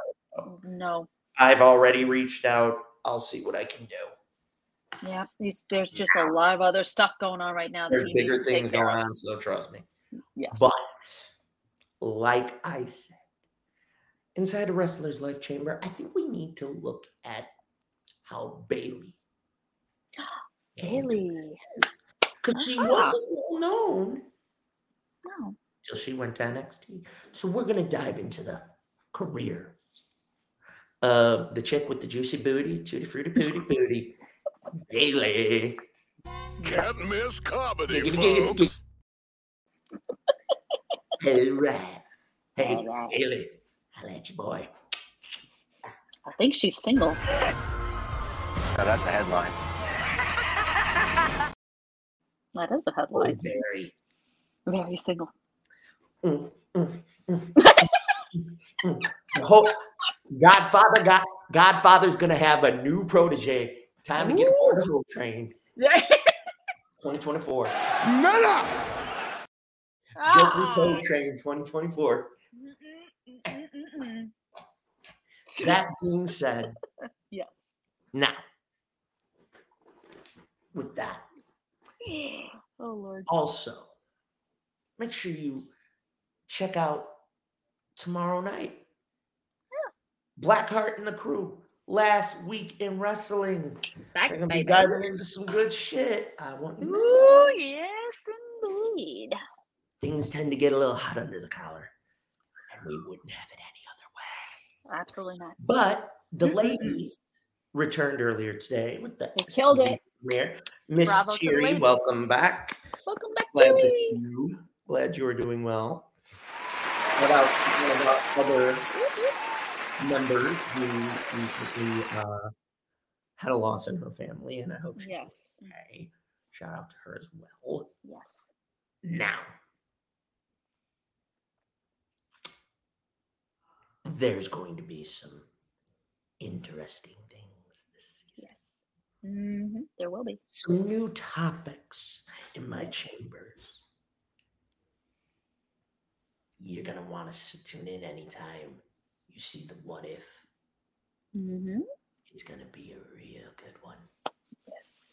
Speaker 4: No.
Speaker 5: I've already reached out. I'll see what I can do.
Speaker 4: Yeah. These, there's just a lot of other stuff going on right now. that
Speaker 5: There's
Speaker 4: he needs
Speaker 5: bigger
Speaker 4: to take
Speaker 5: things
Speaker 4: care
Speaker 5: going
Speaker 4: of.
Speaker 5: on, so trust me.
Speaker 4: Yes.
Speaker 5: But like I said, inside a wrestler's life chamber, I think we need to look at how Bailey,
Speaker 4: Bailey.
Speaker 5: because she
Speaker 4: Ah.
Speaker 5: wasn't well known
Speaker 4: No.
Speaker 5: till she went to NXT. So we're gonna dive into the career of the chick with the juicy booty, tutti frutti booty booty, Bailey.
Speaker 16: Can't miss comedy,
Speaker 5: Giggity, giggity,
Speaker 16: folks.
Speaker 5: Hey, right. Hey,
Speaker 4: All right.
Speaker 5: Bailey, holla at you, boy.
Speaker 4: I think she's single.
Speaker 3: Now that's a headline.
Speaker 4: That is a
Speaker 5: Oh,
Speaker 4: headline.
Speaker 5: very. Oh,
Speaker 4: Very single.
Speaker 5: Mm, mm, mm, mm, mm. The whole- Godfather, God, Godfather's gonna have a new protege. Time to get aboard the whole train. 2024.
Speaker 4: Ah.
Speaker 5: Joker's Home Train 2024. That being said,
Speaker 4: yes.
Speaker 5: now with that,
Speaker 4: Oh Lord.
Speaker 5: also make sure you check out tomorrow night. Blackheart and the crew last week in wrestling.
Speaker 4: back,
Speaker 5: We're gonna be
Speaker 4: baby.
Speaker 5: diving into some good shit. I want you to miss it.
Speaker 4: Ooh, yes, indeed.
Speaker 5: things tend to get a little hot under the collar, and we wouldn't have it any.
Speaker 4: Absolutely not.
Speaker 5: But the ladies returned earlier today with the
Speaker 4: Killed it.
Speaker 5: premiere. Miss
Speaker 4: Bravo to the
Speaker 5: Cheery,
Speaker 4: ladies.
Speaker 5: welcome back.
Speaker 4: Welcome back,
Speaker 5: Glad to see
Speaker 4: Cheery.
Speaker 5: you. Glad you are doing well. What else? What about other members who recently uh, had a loss in her family? And I hope she's
Speaker 4: Yes.
Speaker 5: okay. Shout out to her as well.
Speaker 4: Yes.
Speaker 5: Now, there's going to be some interesting things.
Speaker 4: Yes. hmm There will be.
Speaker 5: some new topics in my chambers. You're going to want to tune in anytime you see the what if.
Speaker 4: Mm-hmm.
Speaker 5: It's going to be a real good one.
Speaker 4: Yes.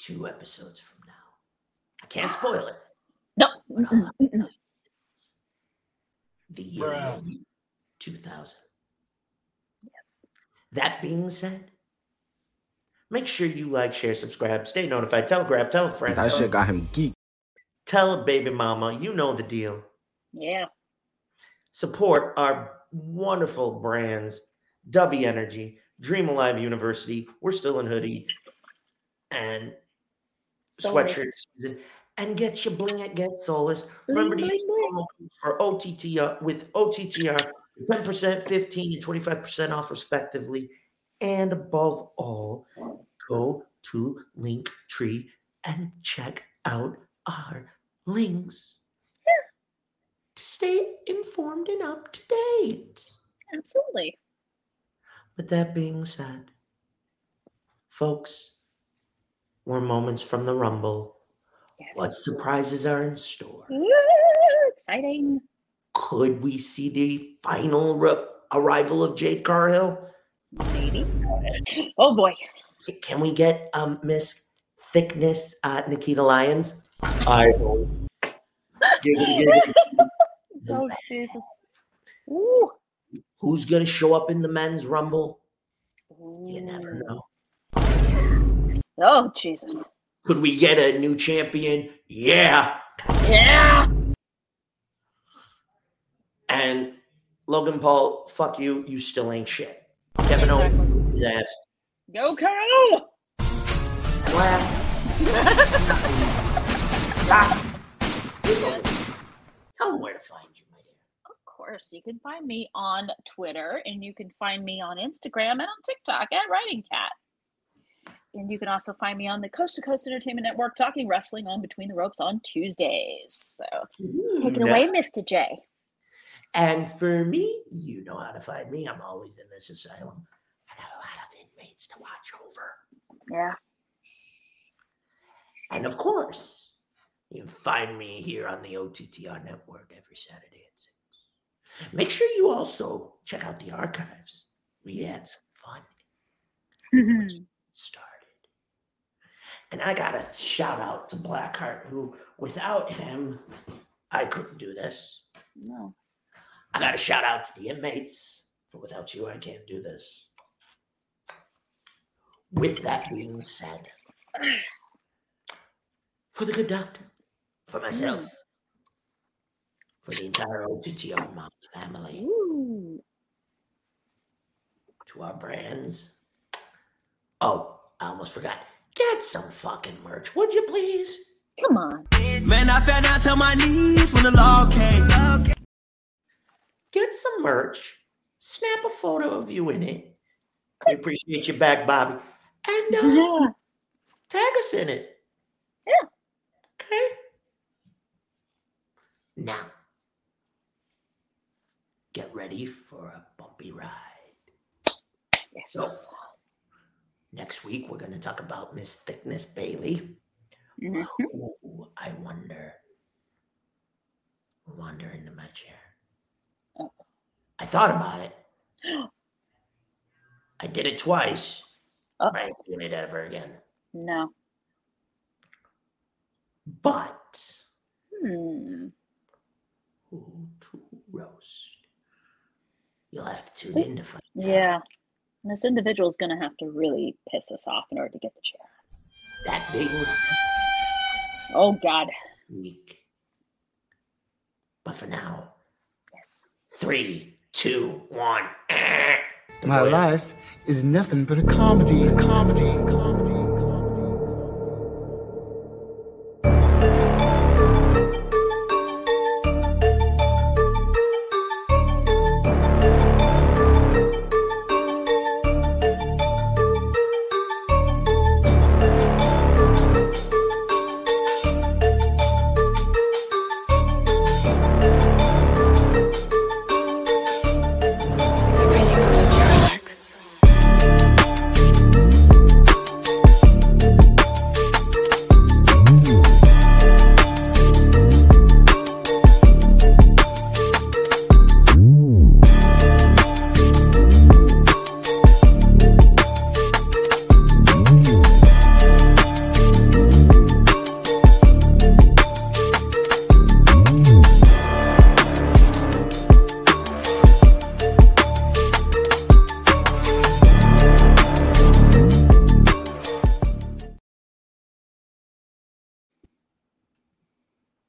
Speaker 5: Two episodes from now. I can't spoil it.
Speaker 4: No.
Speaker 5: Mm-hmm. The year will be 2000. Yes. That being said, make sure you like, share, subscribe, stay notified, telegraph, tell a friend.
Speaker 13: That
Speaker 5: tell
Speaker 13: shit
Speaker 5: a-
Speaker 13: got him geek.
Speaker 5: tell a baby mama, you know the deal.
Speaker 4: Yeah.
Speaker 5: support our wonderful brands W Energy, Dream Alive University. We're still in hoodie and
Speaker 1: Soulless.
Speaker 5: sweatshirts, and get your bling at Get Soulless. Remember to use promo code for OTTR with OTTR 10%, 15, and 25% off respectively. And above all, go to Linktree and check out our links to stay informed and up to date.
Speaker 4: Absolutely.
Speaker 5: With that being said, folks, we're moments from the rumble. What surprises are in store?
Speaker 4: Woo, exciting.
Speaker 5: Could we see the final ru- arrival of Jade Carhill?
Speaker 4: Maybe. Oh boy.
Speaker 5: Can we get um, Miss Thickness uh, Nikita Lyons? I will. Give it, give it.
Speaker 4: Oh Jesus. Ooh.
Speaker 5: Who's going to show up in the men's rumble? You never know.
Speaker 4: Oh Jesus.
Speaker 5: Could we get a new champion? Yeah.
Speaker 4: Yeah.
Speaker 5: And Logan Paul, fuck you. You still ain't shit. Kevin Owens, his ass.
Speaker 4: Go Carl.
Speaker 5: Tell them where to find you.
Speaker 4: Of course, you can find me on Twitter and you can find me on Instagram and on TikTok at Writing Cat. And you can also find me on the Coast to Coast Entertainment Network talking wrestling on Between the Ropes on Tuesdays. So take it
Speaker 5: Ooh,
Speaker 4: away,
Speaker 5: nice.
Speaker 4: Mr. J.
Speaker 5: And for me, you know how to find me. I'm always in this asylum. I got a lot of inmates to watch over.
Speaker 4: Yeah.
Speaker 5: And of course, you can find me here on the OTTR network every Saturday at 6. Make sure you also check out the archives. We had some fun. started. And I got to shout out to Blackheart, who without him, I couldn't do this.
Speaker 4: No.
Speaker 5: I got to shout out to the inmates, for without you, I can't do this. With that being said, for the good doctor, for myself, for the entire OTTR Moms family, to our brands. Oh, I almost forgot. Get some fucking merch, would you please?
Speaker 4: Come on.
Speaker 13: Man, I fell down to my knees when the law came.
Speaker 5: Get some merch. Snap a photo of you in it. We appreciate you back, Bobby. And uh, tag us in it.
Speaker 4: Yeah.
Speaker 5: Okay. Now, get ready for a bumpy ride.
Speaker 4: Yes.
Speaker 5: next week, we're going to talk about Miss Thickness Bailey. Ooh, I wonder wander into my chair. I thought about it. I did it twice. but I ain't doing it ever again.
Speaker 4: No.
Speaker 5: But
Speaker 4: Hmm.
Speaker 5: who to roast? You'll have to tune in to find.
Speaker 4: Yeah. And this individual's going to have to really piss us off in order to get the chair.
Speaker 5: That big
Speaker 4: Oh, God.
Speaker 5: week. But for now,
Speaker 4: yes.
Speaker 5: Three, two, one. eh.
Speaker 21: My life is nothing but a comedy, a comedy, a comedy.